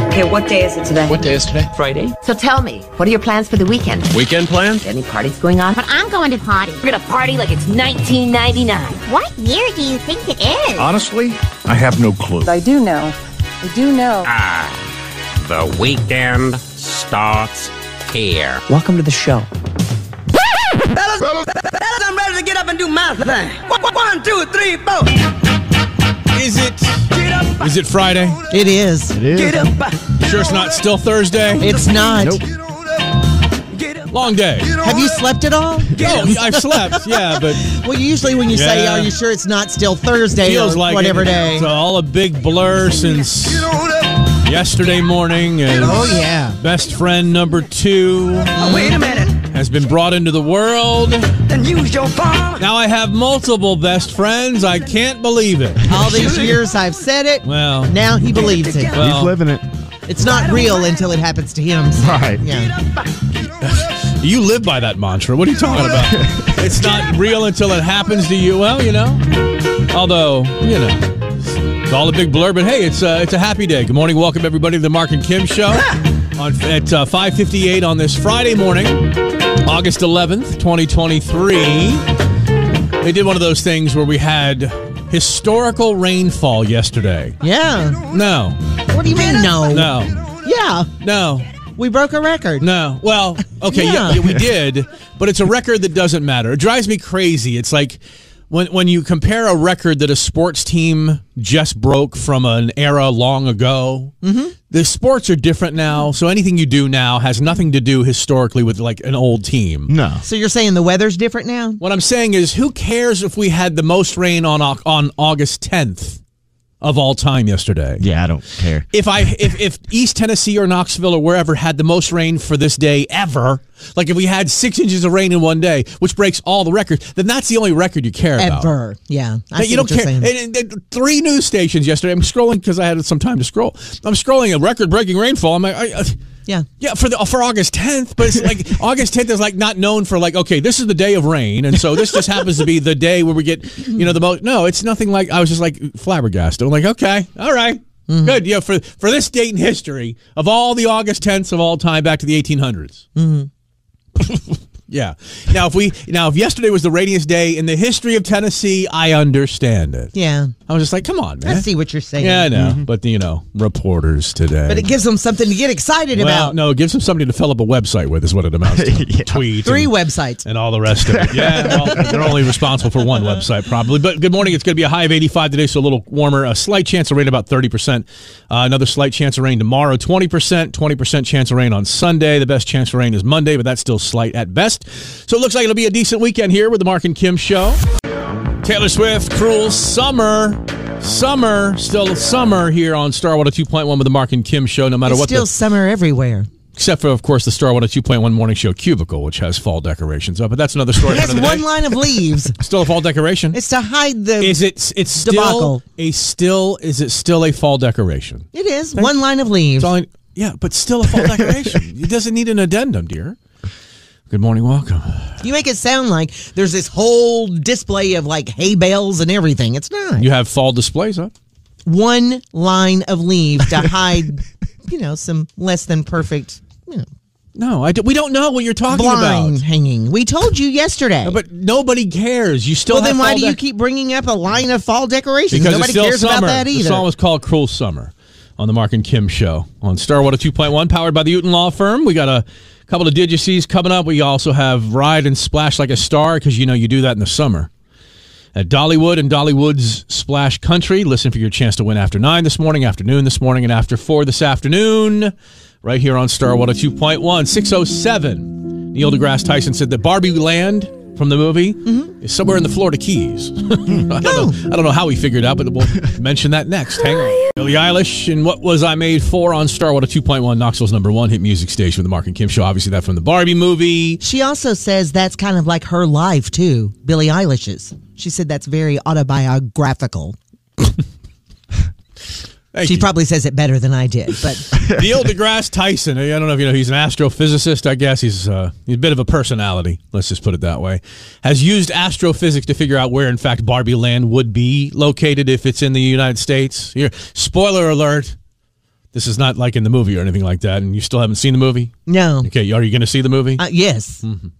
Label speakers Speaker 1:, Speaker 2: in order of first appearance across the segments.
Speaker 1: Okay, what day is it today?
Speaker 2: What day is today?
Speaker 1: Friday.
Speaker 3: So tell me, what are your plans for the weekend?
Speaker 2: Weekend plans?
Speaker 3: Any parties going on?
Speaker 4: But I'm going to party. We're gonna party like it's 1999. What year do you think it is?
Speaker 5: Honestly, I have no clue.
Speaker 6: I do know. I do know.
Speaker 7: The weekend starts here.
Speaker 1: Welcome to the show.
Speaker 8: I'm ready to get up and do my thing. One, one, two, three, four.
Speaker 2: Is it? Is it Friday?
Speaker 9: It is.
Speaker 5: It is.
Speaker 8: Get up.
Speaker 2: Sure, it's not still Thursday.
Speaker 9: It's not.
Speaker 5: Nope.
Speaker 8: Get up.
Speaker 2: Long day.
Speaker 9: Have you slept at all?
Speaker 2: Oh, yeah, I've slept. Yeah, but
Speaker 9: Well, usually when you say,
Speaker 2: Yeah.
Speaker 9: "Are you sure it's not still Thursday?"
Speaker 2: feels
Speaker 9: or
Speaker 2: like
Speaker 9: uh, whatever
Speaker 2: it.
Speaker 9: day.
Speaker 2: It's all a big blur since yesterday morning. And
Speaker 9: oh yeah.
Speaker 2: Best friend number two
Speaker 8: Oh, Wait a minute.
Speaker 2: has been brought into the world.
Speaker 8: Then use your palm.
Speaker 2: Now I have multiple best friends. I can't believe it.
Speaker 9: All these years I've said it.
Speaker 2: Well,
Speaker 9: Now he believes it.
Speaker 2: Well-
Speaker 5: He's living it.
Speaker 9: It's not real until it happens to him. so-
Speaker 5: Right.
Speaker 9: Yeah.
Speaker 2: you live by that mantra. What are you talking about? It's not real until it happens to you. Well, you know. Although, you know, it's all a big blur. But hey, it's a, it's a happy day. Good morning. Welcome, everybody, to the Mark and Kim Show on, at uh, 558 on this Friday morning, August 11th, 2023. They did one of those things where we had historical rainfall yesterday.
Speaker 9: Yeah.
Speaker 2: No,
Speaker 9: What do you mean no?
Speaker 2: no,
Speaker 9: Yeah.
Speaker 2: no.
Speaker 9: We broke a record.
Speaker 2: No. Well, okay, yeah.
Speaker 9: Yeah.
Speaker 2: yeah, we did, but it's a record that doesn't matter. It drives me crazy. It's like when when you compare a record that a sports team just broke from an era long ago. The sports are different now, so anything you do now has nothing to do historically with like an old team.
Speaker 5: No.
Speaker 9: So you're saying the weather's different now?
Speaker 2: What I'm saying is, who cares if we had the most rain on Au- on August 10th of all time yesterday?
Speaker 5: Yeah, I don't care.
Speaker 2: if I if, if East Tennessee or Knoxville or wherever had the most rain for this day ever, like if we had six inches of rain in one day, which breaks all the records, then that's the only record you care about.
Speaker 9: Ever. Yeah. I
Speaker 2: That
Speaker 9: see
Speaker 2: you don't
Speaker 9: what you're
Speaker 2: care.
Speaker 9: saying.
Speaker 2: And, and- and three news stations yesterday. I'm scrolling because I had some time to scroll. I'm scrolling a record-breaking rainfall. I'm like, I, I,
Speaker 9: yeah.
Speaker 2: yeah, for the for August 10th, but it's like August 10th is like not known for like okay, this is the day of rain, and so this just happens to be the day where we get you know the most. No, it's nothing like I was just like flabbergasted. I'm like, okay, all right, good. Yeah, for for this date in history of all the August 10ths of all time back to the 1800s. yeah. Now if we now if yesterday was the rainiest day in the history of Tennessee, I understand it.
Speaker 9: Yeah.
Speaker 2: I was just like, come on, man.
Speaker 9: I see what you're saying.
Speaker 2: yeah, I know, but you know, reporters today.
Speaker 9: But it gives them something to get excited
Speaker 2: Well,
Speaker 9: about.
Speaker 2: no, it gives them somebody to fill up a website with is what it amounts to.
Speaker 5: Yeah.
Speaker 2: Tweet
Speaker 9: Three
Speaker 2: and,
Speaker 9: websites.
Speaker 2: and all the rest of it. Yeah, well, they're only responsible for one website probably. But good morning. It's going to be a high of 85 today, so a little warmer. A slight chance of rain, about 30 percent. Uh, another slight chance of rain tomorrow, 20 percent. 20 percent chance of rain on Sunday. The best chance of rain is Monday, but that's still slight at best. So it looks like it'll be a decent weekend here with the Mark and Kim show. Taylor Swift, Cruel Summer. Summer, still summer here on Star 102.1 with the Mark and Kim show, no matter
Speaker 9: It's
Speaker 2: what the
Speaker 9: still summer everywhere. It
Speaker 2: for
Speaker 9: has
Speaker 2: Oh, another
Speaker 9: one
Speaker 2: day.
Speaker 9: line of leaves.
Speaker 2: Still a fall decoration.
Speaker 9: It's to hide the.
Speaker 2: is it? It's still
Speaker 9: Debacle.
Speaker 2: a still. Is it still a fall decoration?
Speaker 9: It is one line of leaves.
Speaker 2: It's all- yeah, but still a fall decoration. It doesn't need an addendum, dear. Good morning, welcome.
Speaker 9: You make it sound like there's this whole display of like hay bales and everything. It's not.
Speaker 2: You have fall displays up.
Speaker 9: one line of leaves to hide, you know, some less than perfect you know,
Speaker 2: No, I do, we don't know what you're talking
Speaker 9: blind
Speaker 2: about.
Speaker 9: hanging. We told you yesterday.
Speaker 2: But nobody cares. You still
Speaker 9: well,
Speaker 2: have
Speaker 9: then why
Speaker 2: fall
Speaker 9: do you
Speaker 2: dec-
Speaker 9: keep bringing up a line of fall decorations?
Speaker 2: because
Speaker 9: Nobody
Speaker 2: it's still
Speaker 9: cares
Speaker 2: summer.
Speaker 9: about that either.
Speaker 2: The song was called "Cruel Summer" on the Mark and Kim Show on oh Starwater 2.1, powered by the Uton Law Firm. We got a couple of digices coming up. We also have "Ride and Splash Like a Star" because you know you do that in the summer. At Dollywood and Dollywood's Splash Country. Listen for your chance to win after 9 this morning, afternoon this morning, and after 4 this afternoon, right here on oh Starwater 2.1. 607. Neil deGrasse Tyson said that Barbie Land from the movie
Speaker 9: Mm-hmm.
Speaker 2: is somewhere in the Florida Keys. I don't know. I don't know how he figured out, but we'll mention that next. Hang on. Billie Eilish and what was I made for on Starwater 2.1, Knoxville's number one hit music station with the Mark and Kim show. Obviously, that from the Barbie movie.
Speaker 9: she also says that's kind of like her life too, Billie Eilish's. She said that's very autobiographical.
Speaker 2: Thank
Speaker 9: She
Speaker 2: you.
Speaker 9: probably says it better than I did, but
Speaker 2: Neil deGrasse Tyson. I don't know if you know. He's an astrophysicist. I guess he's, uh, he's a bit of a personality. Let's just put it that way. Has used astrophysics to figure out where, in fact, Barbie Land would be located if it's in the United States. Here, spoiler alert: This is not like in the movie or anything like that. And you still haven't seen the movie?
Speaker 9: No.
Speaker 2: Okay, are you going to see the movie?
Speaker 9: Uh, yes.
Speaker 2: Mm.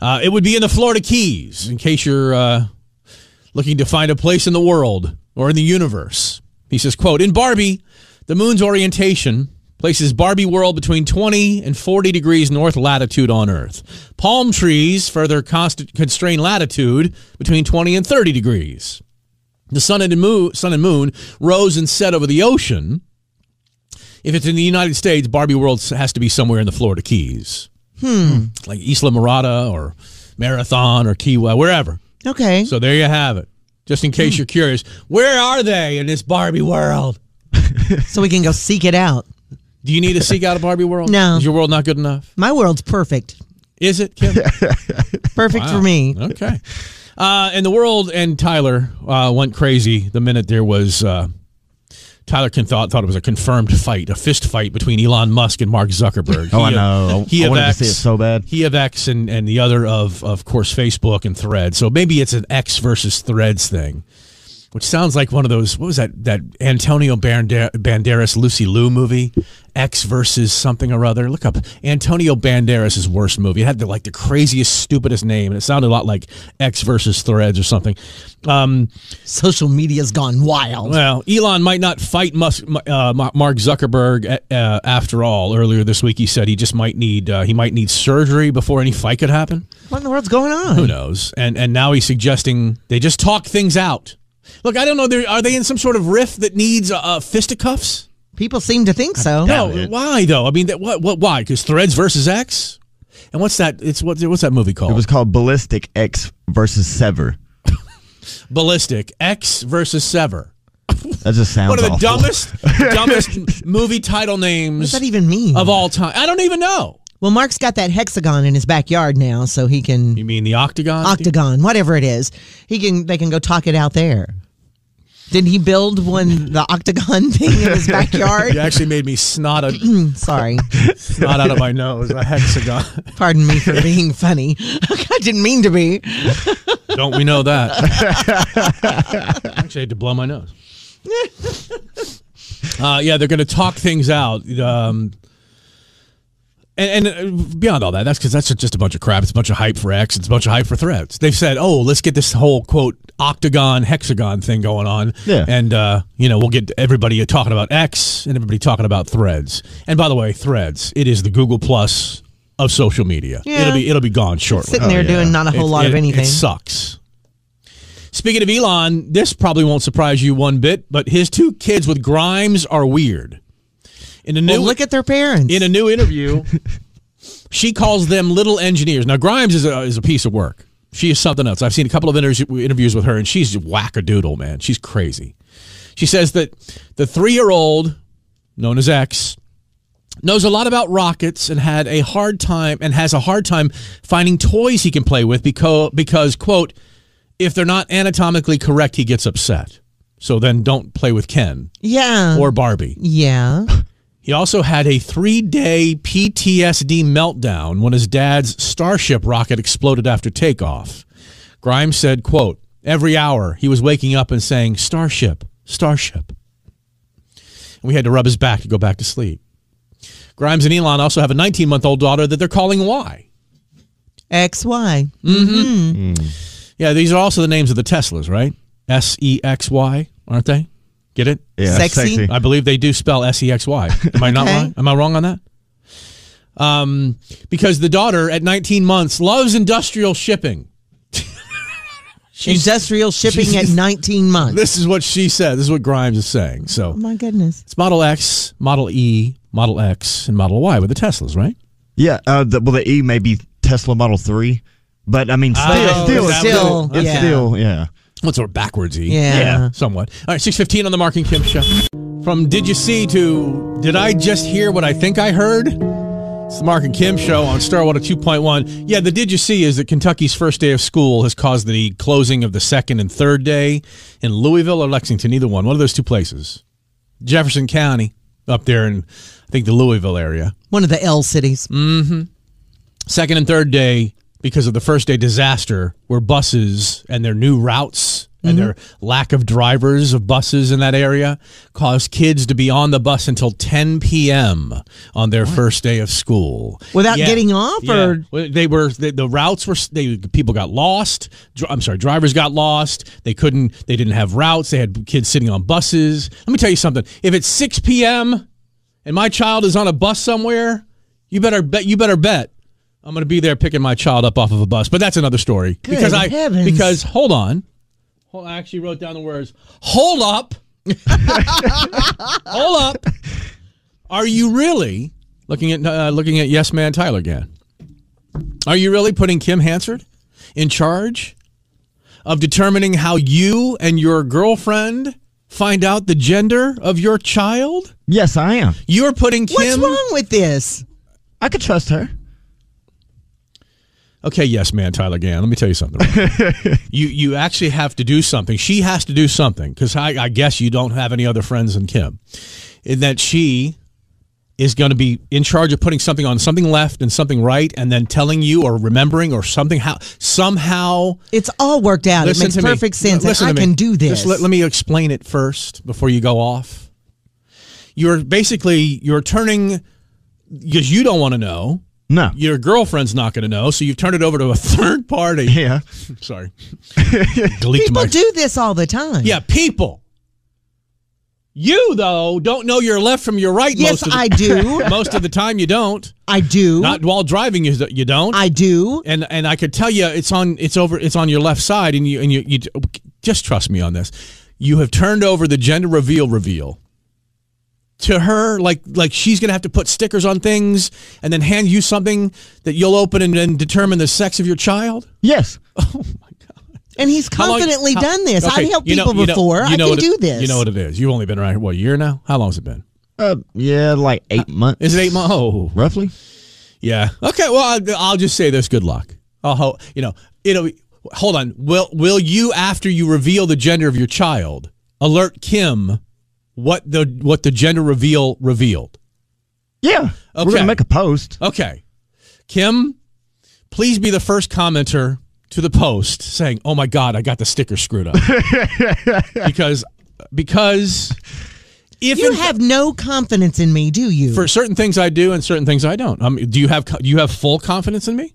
Speaker 2: Uh, it would be in the Florida Keys, in case you're uh, looking to find a place in the world or in the universe. He says, "quote In Barbie, the moon's orientation places Barbie World between 20 and 40 degrees north latitude on Earth. Palm trees further const- constrain latitude between 20 and 30 degrees. The sun and moon, sun and moon rose and set over the ocean." If it's in the United States, Barbie World has to be somewhere in the Florida Keys like Isla Mirada or Marathon or Kiwa, wherever.
Speaker 9: Okay.
Speaker 2: So there you have it. Just in case you're curious, where are they in this Barbie world?
Speaker 9: so we can go seek it out.
Speaker 2: Do you need to seek out a Barbie world?
Speaker 9: No.
Speaker 2: Is your world not good enough?
Speaker 9: My world's perfect.
Speaker 2: Is it, Kim?
Speaker 9: Perfect for me.
Speaker 2: okay. Uh, and the world and Tyler uh, went crazy the minute there was. Uh, Tyler Ken thought, thought it was a confirmed fight, a fist fight between Elon Musk and Mark Zuckerberg.
Speaker 5: Oh, I
Speaker 2: He of-
Speaker 5: know. I wanted to see it so bad.
Speaker 2: He of X and, and the other of, of course, Facebook and Threads. So maybe it's an X versus Threads thing, which sounds like one of those, what was that, that Antonio Bander- Banderas Lucy Liu movie? X versus something or other. Look up Antonio Banderas' worst movie. It had the, like the craziest, stupidest name, and it sounded a lot like X versus Threads or something. Um,
Speaker 9: Social media's gone wild.
Speaker 2: well, Elon might not fight Musk, uh, Ma- Mark Zuckerberg uh, after all. Earlier this week, he said he just might need uh, he might need surgery before any fight could happen.
Speaker 9: What in the world's going
Speaker 2: Who
Speaker 9: on?
Speaker 2: knows? And and now he's suggesting they just talk things out. Look, I don't know. they're- Are they in some sort of riff that needs uh, fisticuffs?
Speaker 9: People seem to think so.
Speaker 2: No.
Speaker 5: it.
Speaker 2: Why though? I mean, that, what what why? Because Threads versus X. And what's that? It's what? What's that movie called?
Speaker 5: It was called Ballistic X versus Sever.
Speaker 2: Ballistic X versus Sever.
Speaker 5: That just sounds
Speaker 2: One of the
Speaker 5: awful.
Speaker 2: dumbest, dumbest movie title names.
Speaker 9: What does that even mean?
Speaker 2: of all time. I don't even know.
Speaker 9: well, Mark's got that hexagon in his backyard now, so he can
Speaker 2: You mean the octagon?
Speaker 9: octagon, whatever it is. He can they can go talk it out there. Didn't he build one the octagon thing in his backyard? Hmm,
Speaker 2: You actually made me snot a,
Speaker 9: Sorry.
Speaker 2: snot out of my nose. A hexagon.
Speaker 9: Pardon me for being funny. I didn't mean to be.
Speaker 2: Don't we know that? actually, I had to blow my nose. uh, yeah, they're going to talk things out. Um, and, and uh, beyond all that, that's because that's just a bunch of crap. It's a bunch of hype for X. It's a bunch of hype for threads. They've said, "Oh, let's get this whole quote octagon hexagon thing going on."
Speaker 5: Yeah.
Speaker 2: And uh, you know, we'll get everybody talking about X and everybody talking about threads. And by the way, threads it is the Google Plus of social media.
Speaker 9: Yeah.
Speaker 2: It'll be it'll be gone shortly.
Speaker 9: Sitting there
Speaker 5: yeah.
Speaker 9: doing not a whole
Speaker 2: Oh, It-
Speaker 9: lot
Speaker 2: it-
Speaker 9: of anything.
Speaker 2: It sucks. Speaking of Elon, this probably won't surprise you one bit, but his two kids with Grimes are weird. In a new
Speaker 9: Well, look at their parents.
Speaker 2: in a new interview, she calls them little engineers. Now Grimes is a, is a piece of work. She is something else. I've seen a couple of interviews interviews with her, and she's wackadoodle, man. She's crazy. She says that the three year old, known as X, knows a lot about rockets and had a hard time and has a hard time finding toys he can play with because because quote if they're not anatomically correct he gets upset. So then don't play with Ken
Speaker 9: yeah.
Speaker 2: or Barbie.
Speaker 9: yeah.
Speaker 2: He also had a three day PTSD meltdown when his dad's Starship rocket exploded after takeoff. Grimes said, quote, every hour he was waking up and saying, Starship, Starship. And we had to rub his back to go back to sleep. Grimes and Elon also have a 19 month old daughter that they're calling Y.
Speaker 9: X Y.
Speaker 2: Yeah, these are also the names of the Teslas, right? S E X Y, aren't they? Get it?
Speaker 5: Yeah,
Speaker 9: Sexy.
Speaker 5: sexy.
Speaker 2: I believe they do spell S E X Y. Am I not
Speaker 9: Okay.
Speaker 2: wrong? Am I wrong on that? Um, because the daughter at 19 months loves industrial shipping.
Speaker 9: Industrial shipping at
Speaker 2: she's-
Speaker 9: 19 months.
Speaker 2: This is what she said. This is what Grimes is saying. So
Speaker 9: oh my goodness.
Speaker 2: it's Model X, Model E, Model X, and Model Y with the Teslas, right?
Speaker 5: Yeah. Uh, the, well, the E may be Tesla Model 3, but I mean, still,
Speaker 2: Oh,
Speaker 5: still,
Speaker 2: is that
Speaker 9: still-
Speaker 5: it's
Speaker 9: yeah.
Speaker 5: still, yeah.
Speaker 2: What's sort of backwards E?
Speaker 9: Yeah.
Speaker 2: somewhat. All right, 615 on the Mark and Kim show. From Did You See to Did I Just Hear What I Think I Heard? It's the Mark and Kim show on Starwater 2.1. Yeah, the Did You See is that Kentucky's first day of school has caused the closing of the second and third day in Louisville or Lexington, either one, one of those two places. Jefferson County up there in, I think, the Louisville area
Speaker 9: One of the L cities.
Speaker 2: Mm. second and third day because of the first day disaster were buses and their new routes and
Speaker 9: Mm-hmm.
Speaker 2: their lack of drivers of buses in that area caused kids to be on the bus until 10 p.m. on their first day of school
Speaker 9: Without getting off, or-
Speaker 2: Well, they were they, the routes were they people got lost. Dr- I'm sorry, drivers got lost. They couldn't. They didn't have routes. They had kids sitting on buses. Let me tell you something. If it's 6 p.m. and my child is on a bus somewhere, you better bet. You better bet. I'm going to be there picking my child up off of a bus, but that's another story.
Speaker 9: Good
Speaker 2: because I
Speaker 9: heavens.
Speaker 2: because hold on, hold, I actually wrote down the words. Hold up, hold up. Are you really looking at uh, looking at Yes Man Tyler Gann? Are you really putting Kim Hansard in charge of determining how you and your girlfriend find out the gender of your child?
Speaker 5: Yes, I am.
Speaker 2: You're putting Kim.
Speaker 9: What's wrong with this?
Speaker 5: I could trust her.
Speaker 2: Okay, yes, man, Tyler Gann. Let me tell you something. you you actually have to do something. She has to do something because I, I guess you don't have any other friends than Kim, in that she is going to be in charge of putting something on something left and something right, and then telling you or remembering or something how somehow
Speaker 9: It's all worked out.
Speaker 2: Listen
Speaker 9: it makes
Speaker 2: to me.
Speaker 9: perfect sense,
Speaker 2: Listen
Speaker 9: and
Speaker 2: to
Speaker 9: I
Speaker 2: me.
Speaker 9: can do this.
Speaker 2: Just let, let me explain it first before you go off. You're basically you're turning because you don't want to know.
Speaker 5: No.
Speaker 2: Your girlfriend's not going to know, so you've turned it over to a third party.
Speaker 5: Yeah.
Speaker 2: Sorry. Delete
Speaker 9: People
Speaker 2: my-
Speaker 9: do this all the time.
Speaker 2: Yeah, people. You though don't know your left from your right.
Speaker 9: Yes,
Speaker 2: most of the,
Speaker 9: I do.
Speaker 2: Most of the time, you don't.
Speaker 9: I do.
Speaker 2: Not while driving, you you don't.
Speaker 9: I do.
Speaker 2: and and I could tell you it's on it's over it's on your left side, and you and you, you just trust me on this. You have turned over the gender reveal reveal to her like like she's gonna have to put stickers on things and then hand you something that you'll open and then determine the sex of your child.
Speaker 5: Yes.
Speaker 9: And he's
Speaker 2: How long-
Speaker 9: confidently
Speaker 2: how-
Speaker 9: done this.
Speaker 2: Okay,
Speaker 9: I've helped
Speaker 2: you know-
Speaker 9: people
Speaker 2: you know-
Speaker 9: before.
Speaker 2: you know
Speaker 9: I
Speaker 2: what
Speaker 9: can
Speaker 2: it-
Speaker 9: do this.
Speaker 2: You know what it is. You've only been around what a year now. How long has it been?
Speaker 5: Uh, yeah, like eight months.
Speaker 2: Is it eight months? Oh,
Speaker 5: Roughly.
Speaker 2: yeah. Okay. Well, I- I'll just say this. Good luck. I'll ho- you know it'll. be- Hold on. Will Will you after you reveal the gender of your child alert Kim what the what the gender reveal revealed?
Speaker 5: Yeah. We're
Speaker 2: Okay.
Speaker 5: gonna make a post.
Speaker 2: Okay. Kim, please be the first commenter to the post saying, "Oh my god, I got the sticker screwed up." because because if
Speaker 9: You
Speaker 2: in-
Speaker 9: have no confidence in me, do you?
Speaker 2: for certain things I do and certain things I don't. Um, do you have co- do you have full confidence in me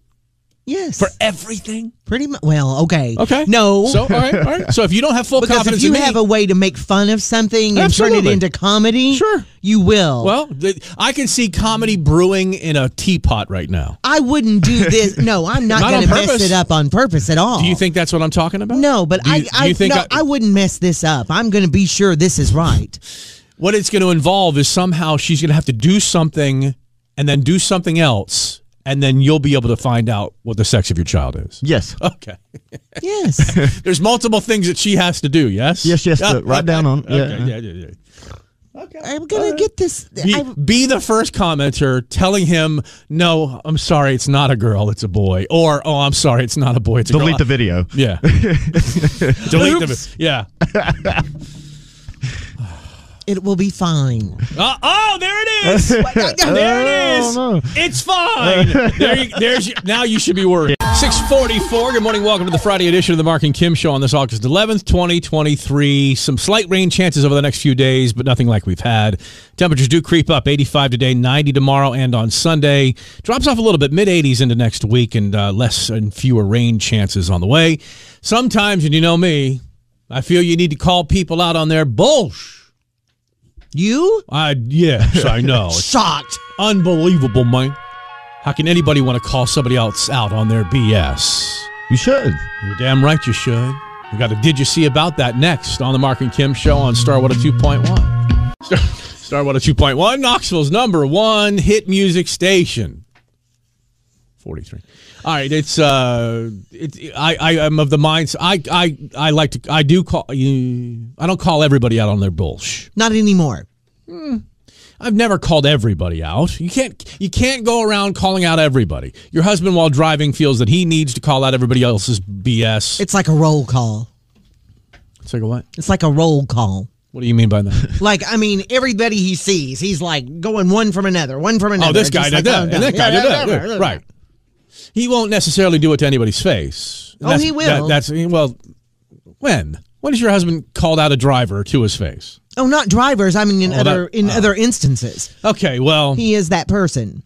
Speaker 9: yes.
Speaker 2: for everything?
Speaker 9: pretty much. Well, okay.
Speaker 2: Okay.
Speaker 9: No.
Speaker 2: So all right, all right. So if you don't have full
Speaker 9: because
Speaker 2: confidence
Speaker 9: if you
Speaker 2: in me,
Speaker 9: have a way to make fun of something and turn
Speaker 2: Absolutely.
Speaker 9: it into comedy,
Speaker 2: Sure.
Speaker 9: you will.
Speaker 2: well, th- I can see comedy brewing in a teapot right now.
Speaker 9: I wouldn't do this. No, I'm not,
Speaker 2: Not
Speaker 9: going
Speaker 2: on
Speaker 9: to mess
Speaker 2: purpose.
Speaker 9: it up on purpose at all.
Speaker 2: Do you think that's what I'm talking about?
Speaker 9: Oh. No, but
Speaker 2: Do you-
Speaker 9: I,
Speaker 2: do
Speaker 9: I,
Speaker 2: you think
Speaker 9: no, I wouldn't mess this up. I'm going to be sure this is right.
Speaker 2: what it's going to involve is somehow she's going to have to do something and then do something else, and then you'll be able to find out what the sex of your child is.
Speaker 5: Yes.
Speaker 2: Okay.
Speaker 9: Yes.
Speaker 2: There's multiple things that she has to do. Yes.
Speaker 5: Yes, yes,
Speaker 9: uh,
Speaker 5: to write down on. Yeah.
Speaker 2: Okay, yeah, yeah, yeah.
Speaker 9: I'm going to get this.
Speaker 2: Be,
Speaker 9: I,
Speaker 2: be the first commenter telling him, no, I'm sorry, it's not a girl, it's a boy. Or, oh, I'm sorry, it's not a boy, it's a girl.
Speaker 5: Delete the video.
Speaker 2: Yeah. Delete the
Speaker 9: Oops.
Speaker 2: vi- Yeah.
Speaker 9: it will be fine.
Speaker 2: Uh, oh, there it is. there it is.
Speaker 5: Oh, no.
Speaker 2: It's fine. There you, there's your, now you should be worried. 644. Good morning. Welcome to the Friday edition of the Mark and Kim Show on this August 11th, 2023. Some slight rain chances over the next few days, but nothing like we've had. Temperatures do creep up 85 today, 90 tomorrow, and on Sunday. Drops off a little bit, mid 80s into next week, and uh, less and fewer rain chances on the way. Sometimes, and you know me, I feel you need to call people out on their bullsh.
Speaker 9: You?
Speaker 2: I yes, I know. It's
Speaker 9: Shocked.
Speaker 2: unbelievable, man. How can anybody want to call somebody else out on their BS?
Speaker 5: You should.
Speaker 2: You're damn right you should. We got a Did You See About That next on the Mark and Kim show on Star Starwater 2.1. Star, Starwater 2.1, Knoxville's number one hit music station. 43. All right, it's uh it, I I am of the mindset I I I like to I do call you I don't call everybody out on their bullsh.
Speaker 9: Not anymore.
Speaker 2: I've never called everybody out. You can't you can't go around calling out everybody. Your husband while driving feels that he needs to call out everybody else's BS.
Speaker 9: It's like a roll call.
Speaker 2: It's like what?
Speaker 9: It's like a roll call.
Speaker 2: What do you mean by that?
Speaker 9: Like, I mean, everybody he sees, he's like going one from another, one from another.
Speaker 2: oh, this
Speaker 9: Just
Speaker 2: guy
Speaker 9: like,
Speaker 2: did that,
Speaker 9: oh,
Speaker 2: and that guy
Speaker 9: yeah,
Speaker 2: did
Speaker 9: yeah,
Speaker 2: that.
Speaker 9: yeah,
Speaker 2: Yeah,
Speaker 9: yeah, yeah.
Speaker 2: Right. He won't necessarily do it to anybody's face.
Speaker 9: Oh, he will.
Speaker 2: that's well. When? When has your husband called out a driver to his face?
Speaker 9: Oh, not drivers. I mean, in
Speaker 2: Oh, that-
Speaker 9: other in other instances,
Speaker 2: Okay, well,
Speaker 9: he is that person.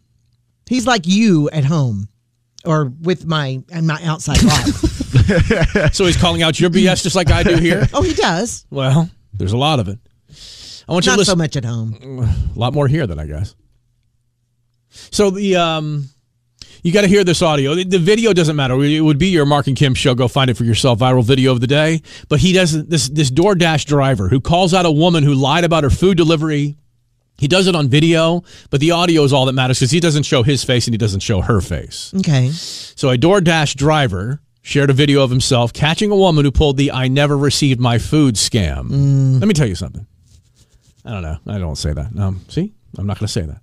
Speaker 9: He's like you at home, or with my and my outside life.
Speaker 2: so he's calling out your BS just like I do here.
Speaker 9: oh, he does.
Speaker 2: Well, there's a lot of it. I want you
Speaker 9: Not
Speaker 2: to listen.
Speaker 9: so much at home.
Speaker 2: a lot more here than I guess. So the um, you got to hear this audio. The, the video doesn't matter. It would be your Mark and Kim show. Go find it for yourself. Viral video of the day. But he doesn't. This this DoorDash driver who calls out a woman who lied about her food delivery. He does it on video, but the audio is all that matters because he doesn't show his face and he doesn't show her face.
Speaker 9: Okay.
Speaker 2: So a DoorDash driver shared a video of himself catching a woman who pulled the "I never received my food" scam.
Speaker 9: Mm.
Speaker 2: Let me tell you something. I don't know. I don't say that. Um, see, I'm not going to say that.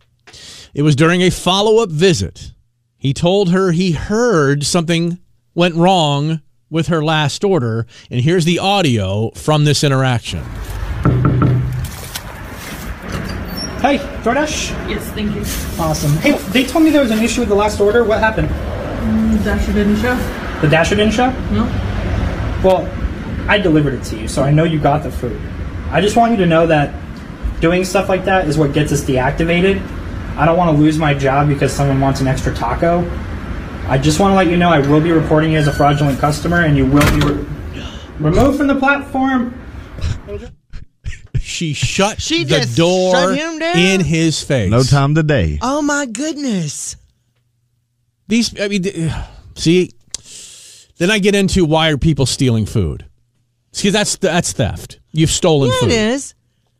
Speaker 2: It was during a follow up visit. He told her he heard something went wrong with her last order, and here's the audio from this interaction.
Speaker 1: Hey, DoorDash?
Speaker 10: Yes, thank you.
Speaker 1: Awesome. Hey, they told me there was an issue with the last order. What happened?
Speaker 10: Dasher didn't show.
Speaker 1: The dasher didn't show?
Speaker 10: No.
Speaker 1: Well, I delivered it to you, so I know you got the food. I just want you to know that doing stuff like that is what gets us deactivated. I don't want to lose my job because someone wants an extra taco. I just want to let you know I will be reporting you as a fraudulent customer and you will be re- removed from the platform.
Speaker 2: She shut
Speaker 9: She
Speaker 2: the
Speaker 9: just
Speaker 2: door
Speaker 9: shut him down?
Speaker 2: in his face.
Speaker 5: No time today.
Speaker 9: Oh my goodness.
Speaker 2: These, I mean, th- see, then I get into why are people stealing food? See, that's that's theft. You've stolen
Speaker 9: Yeah,
Speaker 2: food,
Speaker 9: it is.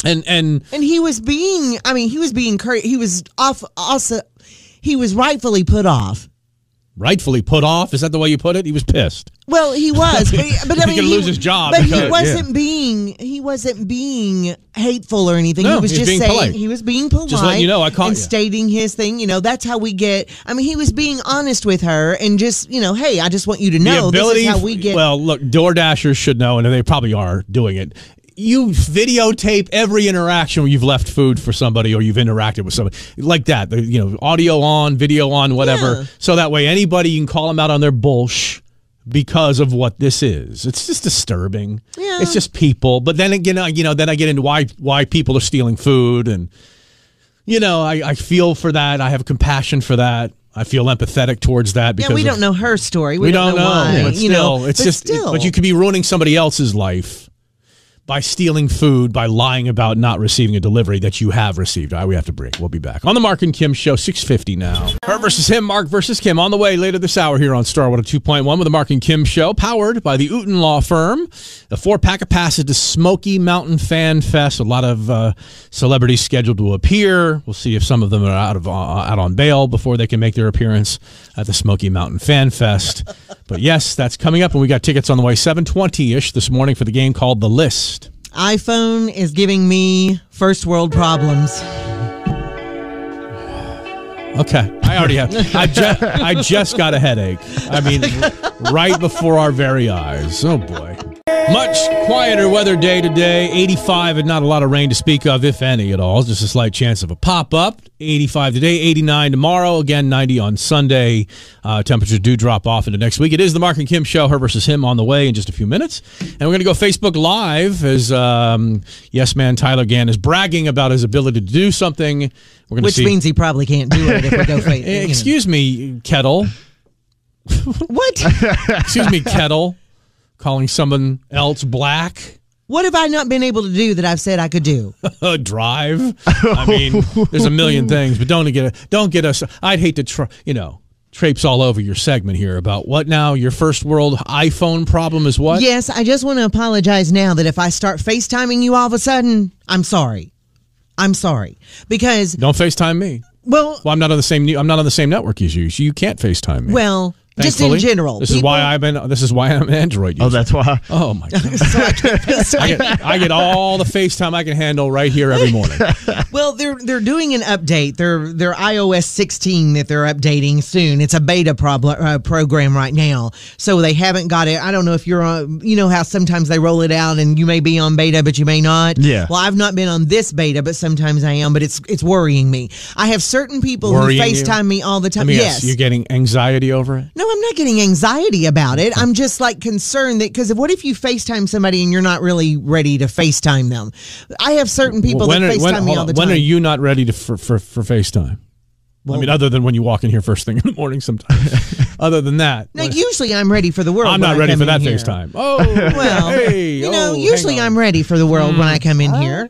Speaker 2: and and
Speaker 9: And he was being. I mean, he was being. Cur- he was off. Also, he was rightfully put off.
Speaker 2: rightfully put off. Is that the way you put it? He was pissed.
Speaker 9: Well, he was, but, but
Speaker 2: He
Speaker 9: I mean,
Speaker 2: could lose his job
Speaker 9: But
Speaker 2: because-
Speaker 9: he wasn't being he wasn't being hateful or anything.
Speaker 2: No,
Speaker 9: he was
Speaker 2: he was
Speaker 9: just
Speaker 2: being
Speaker 9: saying
Speaker 2: polite.
Speaker 9: he was being polite.
Speaker 2: letting you know, I caught
Speaker 9: and
Speaker 2: ya.
Speaker 9: stating his thing. You know, that's how we get. I mean, he was being honest with her and just you know, hey, I just want you to know this is how we get.
Speaker 2: Well, look, door dashers should know, and they probably are doing it. You videotape every interaction where you've left food for somebody or you've interacted with somebody like that. The- You know, audio on, video on, whatever.
Speaker 9: Yeah.
Speaker 2: So that way, anybody you can call them out on their bullsh because of what this is. It's just disturbing.
Speaker 9: Yeah.
Speaker 2: It's just people. But then again, I- you know, then I get into why why people are stealing food and you know, I, I feel for that. I have compassion for that. I feel empathetic towards that because
Speaker 9: yeah, we
Speaker 2: of-
Speaker 9: don't know her story. We,
Speaker 2: we don't know.
Speaker 9: why.
Speaker 2: But
Speaker 9: you
Speaker 2: still,
Speaker 9: know,
Speaker 2: it's
Speaker 9: but
Speaker 2: just. it-
Speaker 9: still,
Speaker 2: but you could be ruining somebody else's life by stealing food, by lying about not receiving a delivery that you have received. All right, we have to break. We'll be back on the Mark and Kim show, six fifty now. Her versus him, Mark versus Kim, on the way later this hour here on Starwater two point one with the Mark and Kim show, powered by the Uten Law Firm. The four pack of passes to Smoky Mountain Fan Fest. A lot of uh, celebrities scheduled to appear. We'll see if some of them are out of uh, out on bail before they can make their appearance at the Smoky Mountain Fan Fest. but yes, that's coming up, and we got tickets on the way seven twenty ish this morning for the game called The List.
Speaker 9: iPhone is giving me first world problems.
Speaker 2: Okay, I already have. I just I just got a headache. I mean, right before our very eyes. Oh boy. Much quieter weather day today. 85 and not a lot of rain to speak of, if any at all. Just a slight chance of a pop up. 85 today, 89 tomorrow. Again, 90 on Sunday. Uh, temperatures do drop off into next week. It is the Mark and Kim show. Her versus him on the way in just a few minutes. And we're going to go Facebook Live as um, yes man Tyler Gann is bragging about his ability to do something. We're going to
Speaker 9: Which
Speaker 2: see.
Speaker 9: means he probably can't do it if we go fake.
Speaker 2: Eh, Excuse me, Kettle.
Speaker 9: what?
Speaker 2: Excuse me, Kettle. Calling someone else black.
Speaker 9: What have I not been able to do that I've said I could do?
Speaker 2: Uh, drive. I mean, there's a million things, but don't get don't get us. I'd hate to tr you know traipse all over your segment here about what now your first world iPhone problem is what.
Speaker 9: Yes, I just want to apologize now that if I start FaceTiming you all of a sudden, I'm sorry. I'm sorry. Because
Speaker 2: Don't Facetime me.
Speaker 9: well,
Speaker 2: Well, I'm not on the same. ne- I'm not on the same network as you. So you can't Facetime me.
Speaker 9: well, just in
Speaker 2: Thankfully.
Speaker 9: general.
Speaker 2: This is why I've been. This is why I'm an Android.
Speaker 5: Oh,
Speaker 2: User.
Speaker 5: that's why.
Speaker 2: Oh my god! I get, I get all the FaceTime I can handle right here every morning.
Speaker 9: Well, they're they're doing an update. They're they're iOS 16 that they're updating soon. It's a beta problem uh, program right now, so they haven't got it. I don't know if you're on. You know how sometimes they roll it out and you may be on beta, but you may not.
Speaker 5: Yeah.
Speaker 9: Well, I've not been on this beta, but sometimes I am. But it's it's worrying me. I have certain people
Speaker 2: Worrying you?
Speaker 9: who FaceTime me all the time.
Speaker 2: Let me guess,
Speaker 9: yes.
Speaker 2: you're getting anxiety over it.
Speaker 9: no, I'm not getting anxiety about it. I'm just like concerned that because what if you FaceTime somebody and you're not really ready to FaceTime them? I have certain people
Speaker 2: when,
Speaker 9: that
Speaker 2: are,
Speaker 9: FaceTime
Speaker 2: when,
Speaker 9: me all
Speaker 2: hold on.
Speaker 9: the
Speaker 2: When
Speaker 9: time.
Speaker 2: are you not ready to for, for, for FaceTime? I mean, other than when you walk in here first thing in the morning sometimes. other than that,
Speaker 9: no, usually I'm ready for the world. when
Speaker 2: I'm not
Speaker 9: I
Speaker 2: ready
Speaker 9: come
Speaker 2: for
Speaker 9: in
Speaker 2: that
Speaker 9: here.
Speaker 2: FaceTime. Oh,
Speaker 9: Well,
Speaker 2: hey,
Speaker 9: you know,
Speaker 2: oh, hang
Speaker 9: usually
Speaker 2: on. Mm.
Speaker 9: I'm ready for the world when I come in here.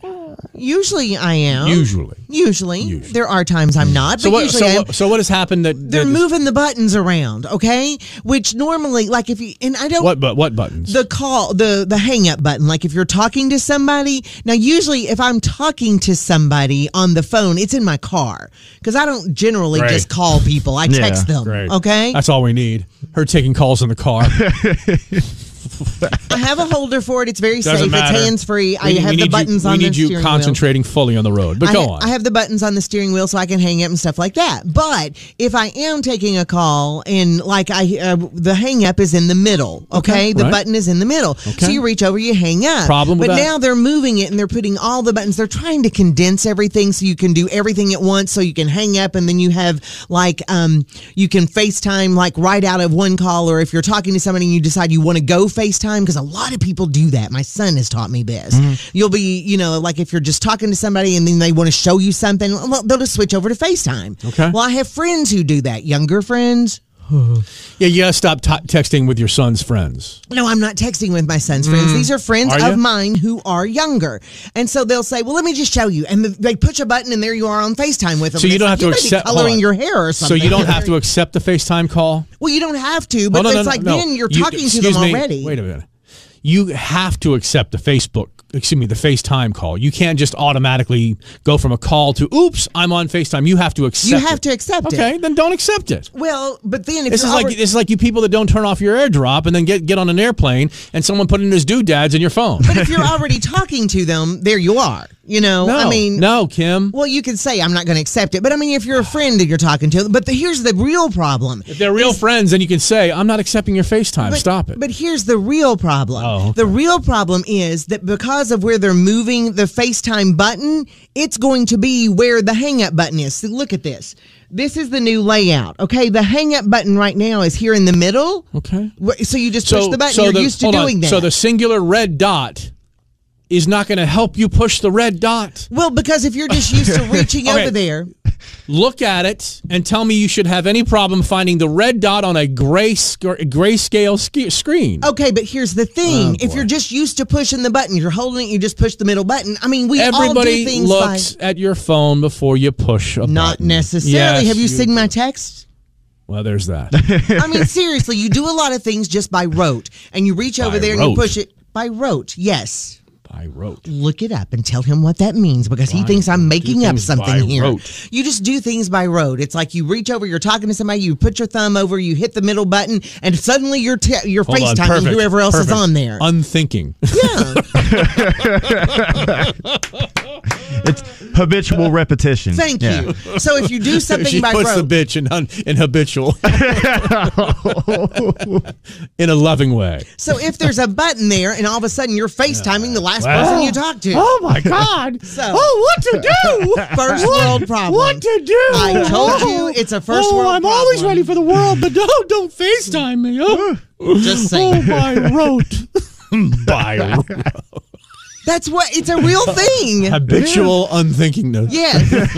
Speaker 9: Usually I am.
Speaker 2: Usually.
Speaker 9: Usually. There are times I'm not,
Speaker 2: So
Speaker 9: but
Speaker 2: what,
Speaker 9: usually
Speaker 2: so,
Speaker 9: I'm,
Speaker 2: what, so what has happened that
Speaker 9: they're
Speaker 2: that-
Speaker 9: moving the buttons around, okay? Which normally, like if you, and I don't,
Speaker 2: What but what buttons?
Speaker 9: the call the the hang up button like if you're talking to somebody now usually if i'm talking to somebody on the phone it's in my car because i don't generally
Speaker 2: Right.
Speaker 9: just call people i
Speaker 5: Yeah,
Speaker 9: text them
Speaker 2: Right.
Speaker 9: okay
Speaker 2: That's all we need. Her taking calls in the car.
Speaker 9: i have a holder for it it's very
Speaker 2: Doesn't
Speaker 9: safe
Speaker 2: matter.
Speaker 9: it's hands free i
Speaker 2: We- we
Speaker 9: have
Speaker 2: need
Speaker 9: the
Speaker 2: you-
Speaker 9: buttons
Speaker 2: we
Speaker 9: on
Speaker 2: need
Speaker 9: the
Speaker 2: you
Speaker 9: steering wheel.
Speaker 2: concentrating fully on the road. But
Speaker 9: I
Speaker 2: go
Speaker 9: ha-
Speaker 2: on.
Speaker 9: I have the buttons on the steering wheel so I can hang up and stuff like that. But if I am taking a call and like I uh, the hang up is in the middle, okay?
Speaker 2: Okay,
Speaker 9: the
Speaker 2: right.
Speaker 9: button is in the middle. So
Speaker 2: Okay.
Speaker 9: you reach over, you hang up.
Speaker 2: Problem with
Speaker 9: But
Speaker 2: that?
Speaker 9: now they're moving it and they're putting all the buttons. They're trying to condense everything so you can do everything at once so you can hang up and then you have like um you can FaceTime like right out of one call or if you're talking to somebody and you decide you want to go FaceTime because a lot of people do that. My son has taught me this. You'll be, you know, like if you're just talking to somebody and then they want to show you something, well, they'll just switch over to FaceTime.
Speaker 2: Okay.
Speaker 9: Well, I have friends who do that, younger friends.
Speaker 2: yeah, you gotta stop t- texting with your son's friends.
Speaker 9: No, I'm not texting with my son's friends. These are friends
Speaker 2: Mm. Are
Speaker 9: of
Speaker 2: you?
Speaker 9: mine who are younger. And so they'll say, well, let me just show you. And th- they push a button and there you are on FaceTime with them.
Speaker 2: So you
Speaker 9: It's like,
Speaker 2: don't have to
Speaker 9: might be
Speaker 2: accept hold
Speaker 9: coloring
Speaker 2: on.
Speaker 9: your hair or something.
Speaker 2: So you don't have to accept the FaceTime call.
Speaker 9: Well, you don't have to, but
Speaker 2: Oh, no,
Speaker 9: it's
Speaker 2: no, no,
Speaker 9: like
Speaker 2: no.
Speaker 9: then you're
Speaker 2: You-
Speaker 9: talking to
Speaker 2: excuse
Speaker 9: them
Speaker 2: me.
Speaker 9: already.
Speaker 2: Wait a minute. You have to accept the Facebook, excuse me, the FaceTime call. You can't just automatically go from a call to "Oops, I'm on FaceTime." You have to accept.
Speaker 9: You have
Speaker 2: it.
Speaker 9: to accept it.
Speaker 2: Okay, then don't accept it.
Speaker 9: Well, but then if
Speaker 2: This
Speaker 9: you're
Speaker 2: is like
Speaker 9: already-
Speaker 2: this is like you people that don't turn off your AirDrop and then get get on an airplane and someone put in his doodads in your phone.
Speaker 9: but if you're already talking to them, there you are. You know,
Speaker 2: No,
Speaker 9: I mean,
Speaker 2: no, Kim.
Speaker 9: Well, you can say I'm not going to accept it, but I mean, if you're a friend that you're talking to, but the, here's the real problem.
Speaker 2: If they're real friends, then you can say, "I'm not accepting your FaceTime.
Speaker 9: But,
Speaker 2: Stop it."
Speaker 9: But here's the real problem.
Speaker 2: Oh,
Speaker 9: The real problem is that because of where they're moving the FaceTime button, it's going to be where the hang up button is. So look at this. This is the new layout. Okay, the hang up button right now is here in the middle.
Speaker 2: okay.
Speaker 9: Wh- So you just push the button. you're used to
Speaker 2: hold on.
Speaker 9: doing that.
Speaker 2: So the singular red dot is not going to help you push the red dot.
Speaker 9: well, because if you're just used to reaching
Speaker 2: Okay.
Speaker 9: over there,
Speaker 2: Look at it and tell me you should have any problem finding the red dot on a gray sc- grayscale sk- screen.
Speaker 9: Okay, but here's the thing:
Speaker 2: Oh,
Speaker 9: if you're just used to pushing the button, you're holding it. You just push the middle button. I mean, we all do
Speaker 2: Everybody
Speaker 9: things
Speaker 2: looks at your phone before you push a
Speaker 9: by not
Speaker 2: button.
Speaker 9: necessarily.
Speaker 2: Yes,
Speaker 9: Have you, seen
Speaker 2: do.
Speaker 9: my text?
Speaker 2: Well, there's that.
Speaker 9: I mean, seriously, you do a lot of things just by rote, and you reach over
Speaker 2: By
Speaker 9: there and
Speaker 2: rote.
Speaker 9: you push it by rote. Yes.
Speaker 2: I wrote.
Speaker 9: Look it up and tell him what that means because he thinks I'm making up
Speaker 2: things
Speaker 9: something
Speaker 2: by
Speaker 9: here.
Speaker 2: rote.
Speaker 9: You just do things by rote. It's like you reach over, you're talking to somebody, you put your thumb over, you hit the middle button, and suddenly you're te- you're
Speaker 2: Hold on,
Speaker 9: FaceTiming
Speaker 2: perfect,
Speaker 9: whoever else
Speaker 2: perfect.
Speaker 9: is on there.
Speaker 2: Unthinking.
Speaker 9: yeah.
Speaker 5: It's habitual repetition.
Speaker 9: Thank
Speaker 5: Yeah.
Speaker 9: you. So if you do something
Speaker 2: she
Speaker 9: by
Speaker 2: puts
Speaker 9: rote,
Speaker 2: the bitch in, un- in habitual. in a loving way.
Speaker 9: so if there's a button there, and all of a sudden you're FaceTiming the last
Speaker 2: Wow. Oh,
Speaker 9: person you talked to.
Speaker 2: my God.
Speaker 9: So-
Speaker 2: what to do?
Speaker 9: First world problem.
Speaker 2: do? Oh,
Speaker 9: I told you it's a first world problem.
Speaker 2: the world, but no, don't FaceTime me. Oh,
Speaker 9: Just saying.
Speaker 2: by rote. by rote.
Speaker 9: That's what it's a real thing.
Speaker 2: habitual unthinkingness.
Speaker 9: Yes.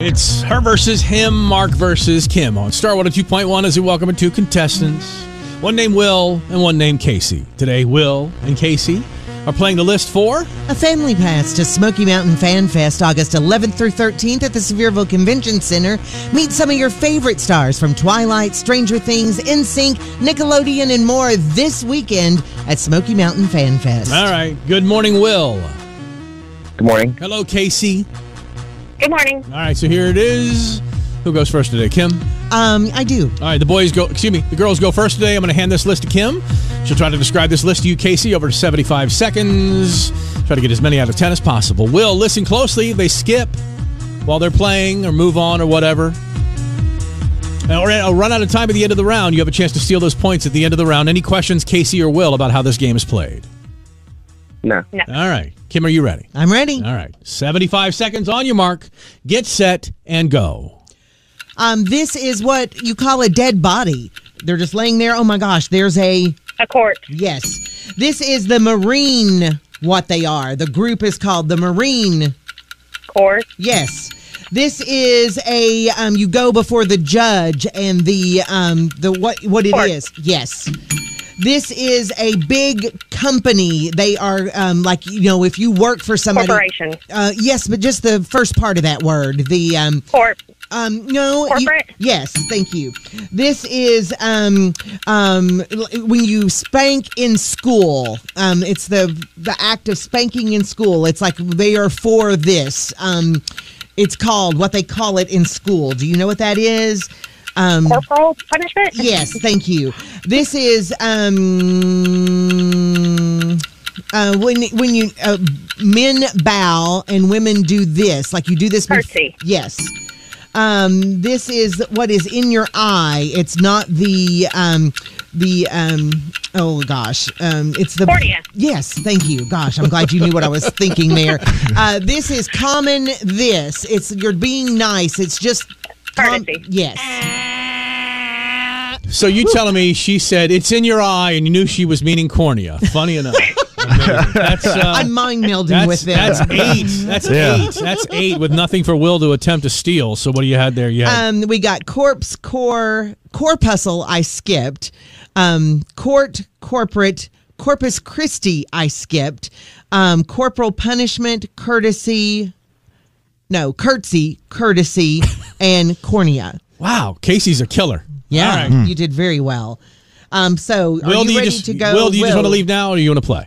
Speaker 2: It's her versus him, Mark versus Kim on Star oh Starwater 2.1 as we welcome two contestants. One named Will and one named Casey. Today, Will and Casey are playing the list for
Speaker 9: A family pass to Smoky Mountain Fan Fest August 11th through 13th at the Sevierville Convention Center. Meet some of your favorite stars from Twilight, Stranger Things, NSYNC, Nickelodeon, and more this weekend at Smoky Mountain Fan Fest.
Speaker 2: All right. Good morning, Will.
Speaker 11: Good morning.
Speaker 2: Hello, Casey.
Speaker 4: Good morning.
Speaker 2: All right, so here it is. Who goes first today? Kim?
Speaker 9: Um, I do.
Speaker 2: All right, the boys go, excuse me, the girls go first today. I'm going to hand this list to Kim. She'll try to describe this list to you, Casey, over 75 seconds. Try to get as many out of 10 as possible. Will, listen closely. They skip while they're playing or move on or whatever. Or or run out of time at the end of the round. You have a chance to steal those points at the end of the round. Any questions, Casey or Will, about how this game is played?
Speaker 11: No.
Speaker 2: All right, Kim, are you ready?
Speaker 9: I'm ready.
Speaker 2: All right, 75 seconds on your mark. Get set and go.
Speaker 9: Um, this is what you call a dead body. They're just laying there. Oh my gosh, there's a
Speaker 12: a court.
Speaker 9: Yes. This is the Marine what they are. The group is called the Marine
Speaker 12: Corps.
Speaker 9: Yes. This is a um, you go before the judge and the um the what what it is. Yes. This is a big company. They are um, like you know if you work for somebody
Speaker 12: Corporation.
Speaker 9: Uh, yes, but just the first part of that word, the um
Speaker 12: corp.
Speaker 9: Um no you- yes, thank you. This is um um l- when you spank in school. Um it's the the act of spanking in school. It's like they are for this. Um it's called what they call it in school. Do you know what that is? Um,
Speaker 12: Corporal punishment?
Speaker 9: Yes, thank you. This is um, uh, when when you uh, men bow and women do this, like you do this. bef- Yes. Um, this is what is in your eye. It's not the um, the um, oh gosh, um, it's the
Speaker 12: cornea.
Speaker 9: Yes, thank you. Gosh, I'm glad you knew what I was thinking there. Uh, this is common. This it's you're being nice. It's just com- yes.
Speaker 2: So you telling me she said it's in your eye and you knew she was meaning cornea. Funny enough. That's, uh,
Speaker 9: I'm mind melding
Speaker 2: That's,
Speaker 9: with them.
Speaker 2: that's eight. That's
Speaker 9: Yeah.
Speaker 2: eight. That's eight with nothing for Will to attempt to steal. So what do you had there? You had
Speaker 9: Um, we got corpse core corpuscle. I skipped. Um, court corporate corpus Christi. I skipped. Um, corporal punishment courtesy. No, curtsy courtesy and cornea.
Speaker 2: wow. Casey's a killer.
Speaker 9: Yeah,
Speaker 2: All right. Hmm.
Speaker 9: you did very well. Um, so are
Speaker 2: Will, do
Speaker 9: you
Speaker 2: you
Speaker 9: ready
Speaker 2: just
Speaker 9: to go?
Speaker 2: Will, do you just want to leave now or do you want to play?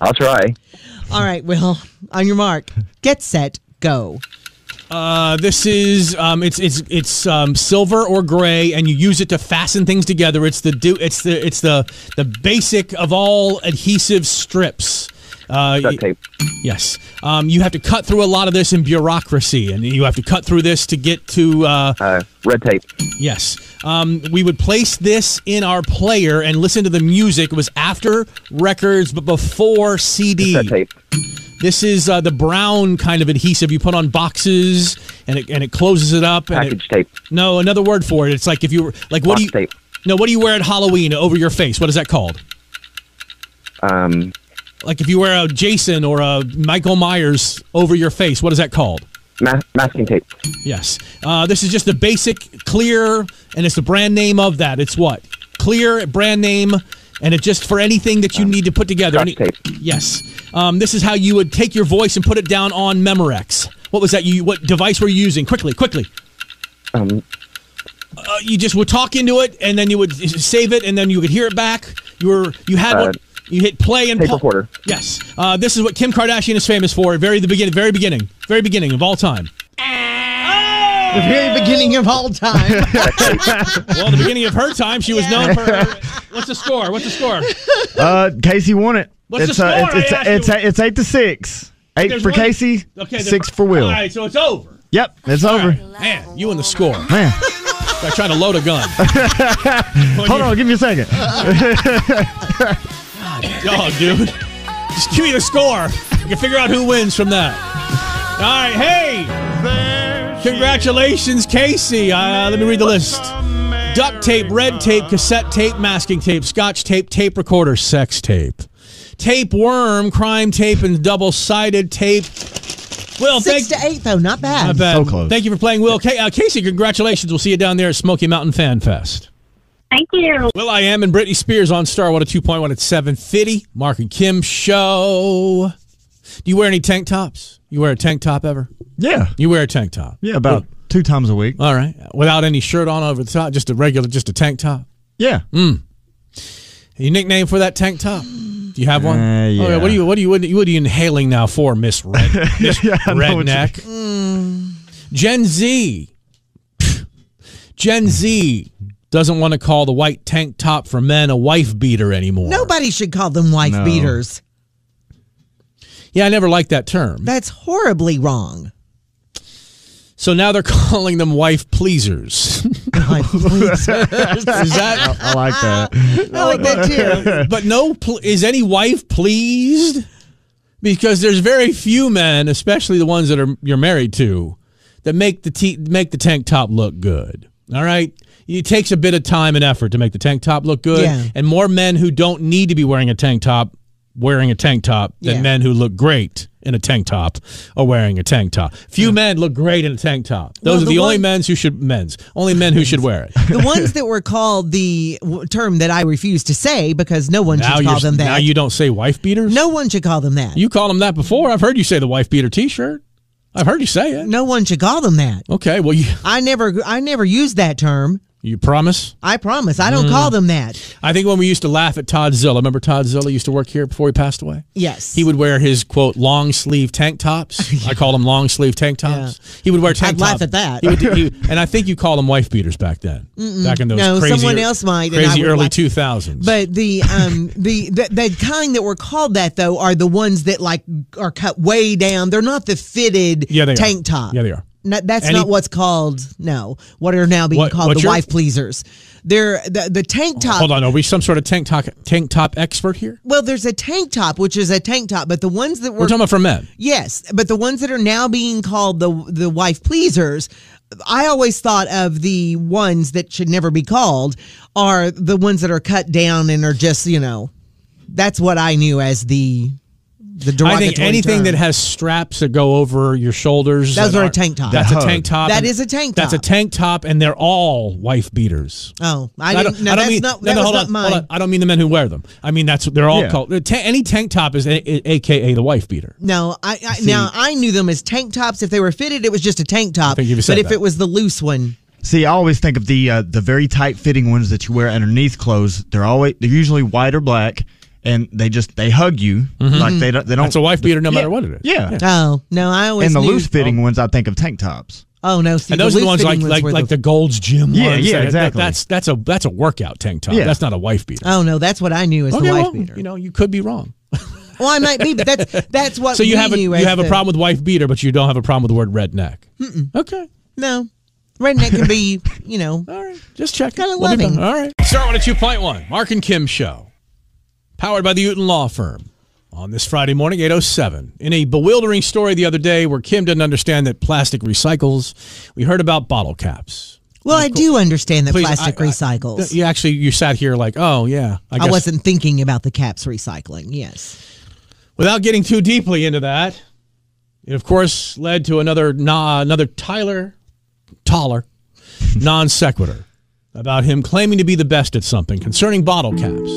Speaker 11: I'll try.
Speaker 9: All right, Will. On your mark, get set, go.
Speaker 2: Uh, this is um, it's it's it's um, silver or gray, and you use it to fasten things together. It's the do it's the it's the the basic of all adhesive strips. Uh, y- Yes, um, you have to cut through a lot of this in bureaucracy, and you have to cut through this to get to uh,
Speaker 11: red tape.
Speaker 2: Yes, um, we would place this in our player and listen to the music. It was after records, but before CD. This is uh, the brown kind of adhesive you put on boxes, and it and it closes it up. and it-
Speaker 11: Package tape.
Speaker 2: No, another word for it. It's like if you were like what do you
Speaker 11: Box tape.
Speaker 2: no what do you wear at Halloween over your face? What is that called?
Speaker 11: Um,
Speaker 2: Like if you wear a Jason or a Michael Myers over your face, what is that called?
Speaker 11: ma- masking tape.
Speaker 2: Yes. Uh, this is just the basic clear, and it's the brand name of that. It's what clear brand name, and it just for anything that you need to put together. Any- Yes. Um, this is how you would take your voice and put it down on Memorex. What was that? You what device were you using? Quickly, quickly.
Speaker 11: Um,
Speaker 2: uh, you just would talk into it, and then you would save it, and then you could hear it back. You were you had
Speaker 11: Uh,
Speaker 2: what you hit play and
Speaker 11: tape
Speaker 2: pa-
Speaker 11: recorder.
Speaker 2: Yes, uh, this is what Kim Kardashian is famous for. Very the beginning, very beginning, very beginning of all time.
Speaker 9: The very beginning of all time.
Speaker 2: well, the beginning of her time, she was known for. What's the score? What's the score?
Speaker 5: Uh, Casey won it.
Speaker 2: What's the
Speaker 5: it's, uh,
Speaker 2: score?
Speaker 5: it's,
Speaker 2: I
Speaker 5: it's,
Speaker 2: asked
Speaker 5: it's,
Speaker 2: you.
Speaker 5: it's eight to six. Eight
Speaker 2: There's
Speaker 5: for
Speaker 2: one-
Speaker 5: Casey,
Speaker 2: Okay,
Speaker 5: six for Will.
Speaker 2: All right, so it's over.
Speaker 5: Yep, it's over.
Speaker 2: Man, you and the score.
Speaker 5: Man.
Speaker 2: I tried to load a gun.
Speaker 5: Hold on, give me a second.
Speaker 2: Oh, dude. Just give me the score. We can figure out who wins from that. All right, hey! Congratulations, Casey. Uh, let me read the list. Duct tape, red tape, cassette tape, masking tape, scotch tape, tape recorder, sex tape, tape worm, crime tape, and double sided tape. Will,
Speaker 9: Six to eight, though, not bad.
Speaker 2: Not bad. Thank you for playing, Will. Ca- uh, Casey, congratulations. We'll see you down there at Smoky Mountain Fan Fest.
Speaker 12: Thank you.
Speaker 2: Will I am and Britney Spears on Star One at two point one at seven fifty. Mark and Kim show. Do you wear any tank tops? You wear a tank top ever?
Speaker 5: Yeah.
Speaker 2: You wear a tank top.
Speaker 5: Yeah, about two times a week.
Speaker 2: All right. Without any shirt on over the top, just a regular, just a tank top.
Speaker 5: Yeah.
Speaker 2: Mm. Your nickname for that tank top? Do you have one?
Speaker 5: Uh,
Speaker 2: Oh,
Speaker 5: yeah.
Speaker 2: What are you? What are you? What are you, what are you inhaling now for, Miss Red? Miss Redneck. Hmm. Gen Z. Gen Z doesn't want to call the white tank top for men a wife beater anymore.
Speaker 9: Nobody should call them wife
Speaker 2: No.
Speaker 9: beaters.
Speaker 2: Yeah, I never liked that term.
Speaker 9: That's horribly wrong.
Speaker 2: So now they're calling them wife pleasers.
Speaker 9: Is
Speaker 2: that?
Speaker 5: I, I like that.
Speaker 9: I like that,
Speaker 2: but no, pl- is any wife pleased? Because there's very few men, especially the ones that are you're married to, that make the te- make the tank top look good. All right. It takes a bit of time and effort to make the tank top look good.
Speaker 9: Yeah.
Speaker 2: And more men who don't need to be wearing a tank top wearing a tank top than
Speaker 9: Yeah.
Speaker 2: men who look great in a tank top are wearing a tank top. Few men look great in a tank top. Those
Speaker 9: Well,
Speaker 2: are
Speaker 9: the
Speaker 2: the, only
Speaker 9: one-
Speaker 2: men's who should men's. Only men who should wear it.
Speaker 9: the ones that were called the w- term that I refuse to say because no one
Speaker 2: Now
Speaker 9: should call
Speaker 2: you're-
Speaker 9: them that.
Speaker 2: now you don't say wife beaters?
Speaker 9: No one should call them that.
Speaker 2: You called them that before. I've heard you say the wife beater T-shirt. I've heard you say it.
Speaker 9: No one should call them that.
Speaker 2: Okay. Well, you
Speaker 9: I never, I never used that term.
Speaker 2: you promise?
Speaker 9: I promise, I
Speaker 2: Mm.
Speaker 9: don't call them that.
Speaker 2: I think when we used to laugh at Todd Zilla, remember Todd Zilla used to work here before he passed away?
Speaker 9: Yes.
Speaker 2: He would wear his quote long sleeve tank tops. I call them long sleeve tank tops. He would wear tank
Speaker 9: I'd
Speaker 2: tops.
Speaker 9: laugh at that.
Speaker 2: He would- he- and I think you called them wife beaters back then.
Speaker 9: Mm-mm.
Speaker 2: Back in those
Speaker 9: No,
Speaker 2: crazy,
Speaker 9: someone else might, and I
Speaker 2: crazy
Speaker 9: would
Speaker 2: early
Speaker 9: laugh.
Speaker 2: two thousands.
Speaker 9: But the um the, the the kind that were called that though are the ones that like are cut way down. They're not the fitted
Speaker 2: Yeah, they are.
Speaker 9: tank top.
Speaker 2: Yeah, they are.
Speaker 9: No, that's
Speaker 2: Any-
Speaker 9: not what's called. No, what are now being
Speaker 2: What-
Speaker 9: called
Speaker 2: what
Speaker 9: the
Speaker 2: you're-
Speaker 9: wife pleasers. They're the, the tank top.
Speaker 2: Hold on, are we some sort of tank top tank top expert here?
Speaker 9: Well, there's a tank top, which is a tank top, but the ones that were
Speaker 2: We're talking about for men.
Speaker 9: Yes, but the ones that are now being called the the wife pleasers, I always thought of the ones that should never be called are the ones that are cut down and are just you know, that's what I knew as the the derogatory
Speaker 2: I think anything
Speaker 9: term.
Speaker 2: that has straps that go over your shoulders.
Speaker 9: Those
Speaker 2: and
Speaker 9: are a
Speaker 2: aren't-
Speaker 9: tank top.
Speaker 2: That's
Speaker 9: Yeah.
Speaker 2: a tank top.
Speaker 9: That
Speaker 2: and-
Speaker 9: is a tank
Speaker 2: That's a
Speaker 9: top.
Speaker 2: tank top, and they're all wife beaters.
Speaker 9: oh I
Speaker 2: don't-
Speaker 9: didn't no
Speaker 2: don't
Speaker 9: that's
Speaker 2: mean-
Speaker 9: not
Speaker 2: no,
Speaker 9: that
Speaker 2: no,
Speaker 9: was
Speaker 2: hold
Speaker 9: not
Speaker 2: on,
Speaker 9: mine
Speaker 2: hold on. I don't mean the men who wear them. I mean that's they're all
Speaker 9: Yeah.
Speaker 2: called. ta- any tank top is a, a- AK the wife beater.
Speaker 9: No, I, I now I knew them as tank tops. If they were fitted, it was just a tank top.
Speaker 5: think you've
Speaker 9: but
Speaker 5: said
Speaker 9: if
Speaker 5: that.
Speaker 9: it was the loose one,
Speaker 5: See, I always think of the uh, the very tight fitting ones that you wear underneath clothes. They're always they're usually white or black, and they just they hug you
Speaker 2: Mhm.
Speaker 5: like they don't they don't.
Speaker 2: That's a wife beater no matter what it is.
Speaker 5: Yeah.
Speaker 9: Oh no, I always
Speaker 5: and the
Speaker 9: knew-
Speaker 5: loose fitting ones, I think of tank tops.
Speaker 9: Oh no, see,
Speaker 2: and those are the
Speaker 9: loose
Speaker 2: ones
Speaker 9: fitting
Speaker 2: like like,
Speaker 9: were
Speaker 2: like the Gold's Gym
Speaker 5: Yeah,
Speaker 2: ones.
Speaker 5: yeah,
Speaker 2: That- that-
Speaker 5: exactly.
Speaker 2: that's that's a that's a workout tank top.
Speaker 9: Yeah.
Speaker 2: That's not a wife beater.
Speaker 9: Oh no, that's what I knew as
Speaker 2: Okay,
Speaker 9: the wife
Speaker 2: well,
Speaker 9: beater.
Speaker 2: You know, you could be wrong.
Speaker 9: Well, I might be, but that's that's what.
Speaker 2: so you
Speaker 9: we
Speaker 2: have a,
Speaker 9: knew
Speaker 2: you
Speaker 9: as
Speaker 2: have a
Speaker 9: the-
Speaker 2: problem with wife beater, but you don't have a problem with the word redneck. Mm-mm. Okay.
Speaker 9: No, redneck can be, you know. All
Speaker 2: right, just check.
Speaker 9: Kind of
Speaker 2: We'll be
Speaker 9: loving.
Speaker 2: back. All right. Start with a two point one. Mark and Kim show, powered by the Uton Law Firm. On this Friday morning, eight oh seven. In a bewildering story the other day, where Kim didn't understand that plastic recycles, we heard about bottle caps.
Speaker 9: Well, I do understand that
Speaker 2: Please,
Speaker 9: plastic
Speaker 2: I- I-
Speaker 9: recycles.
Speaker 2: You actually you sat here like, oh yeah,
Speaker 9: I, wasn't thinking about the caps recycling. Yes.
Speaker 2: Without getting too deeply into that, it of course led to another na- another Tyler Toller non sequitur about him claiming to be the best at something concerning bottle caps.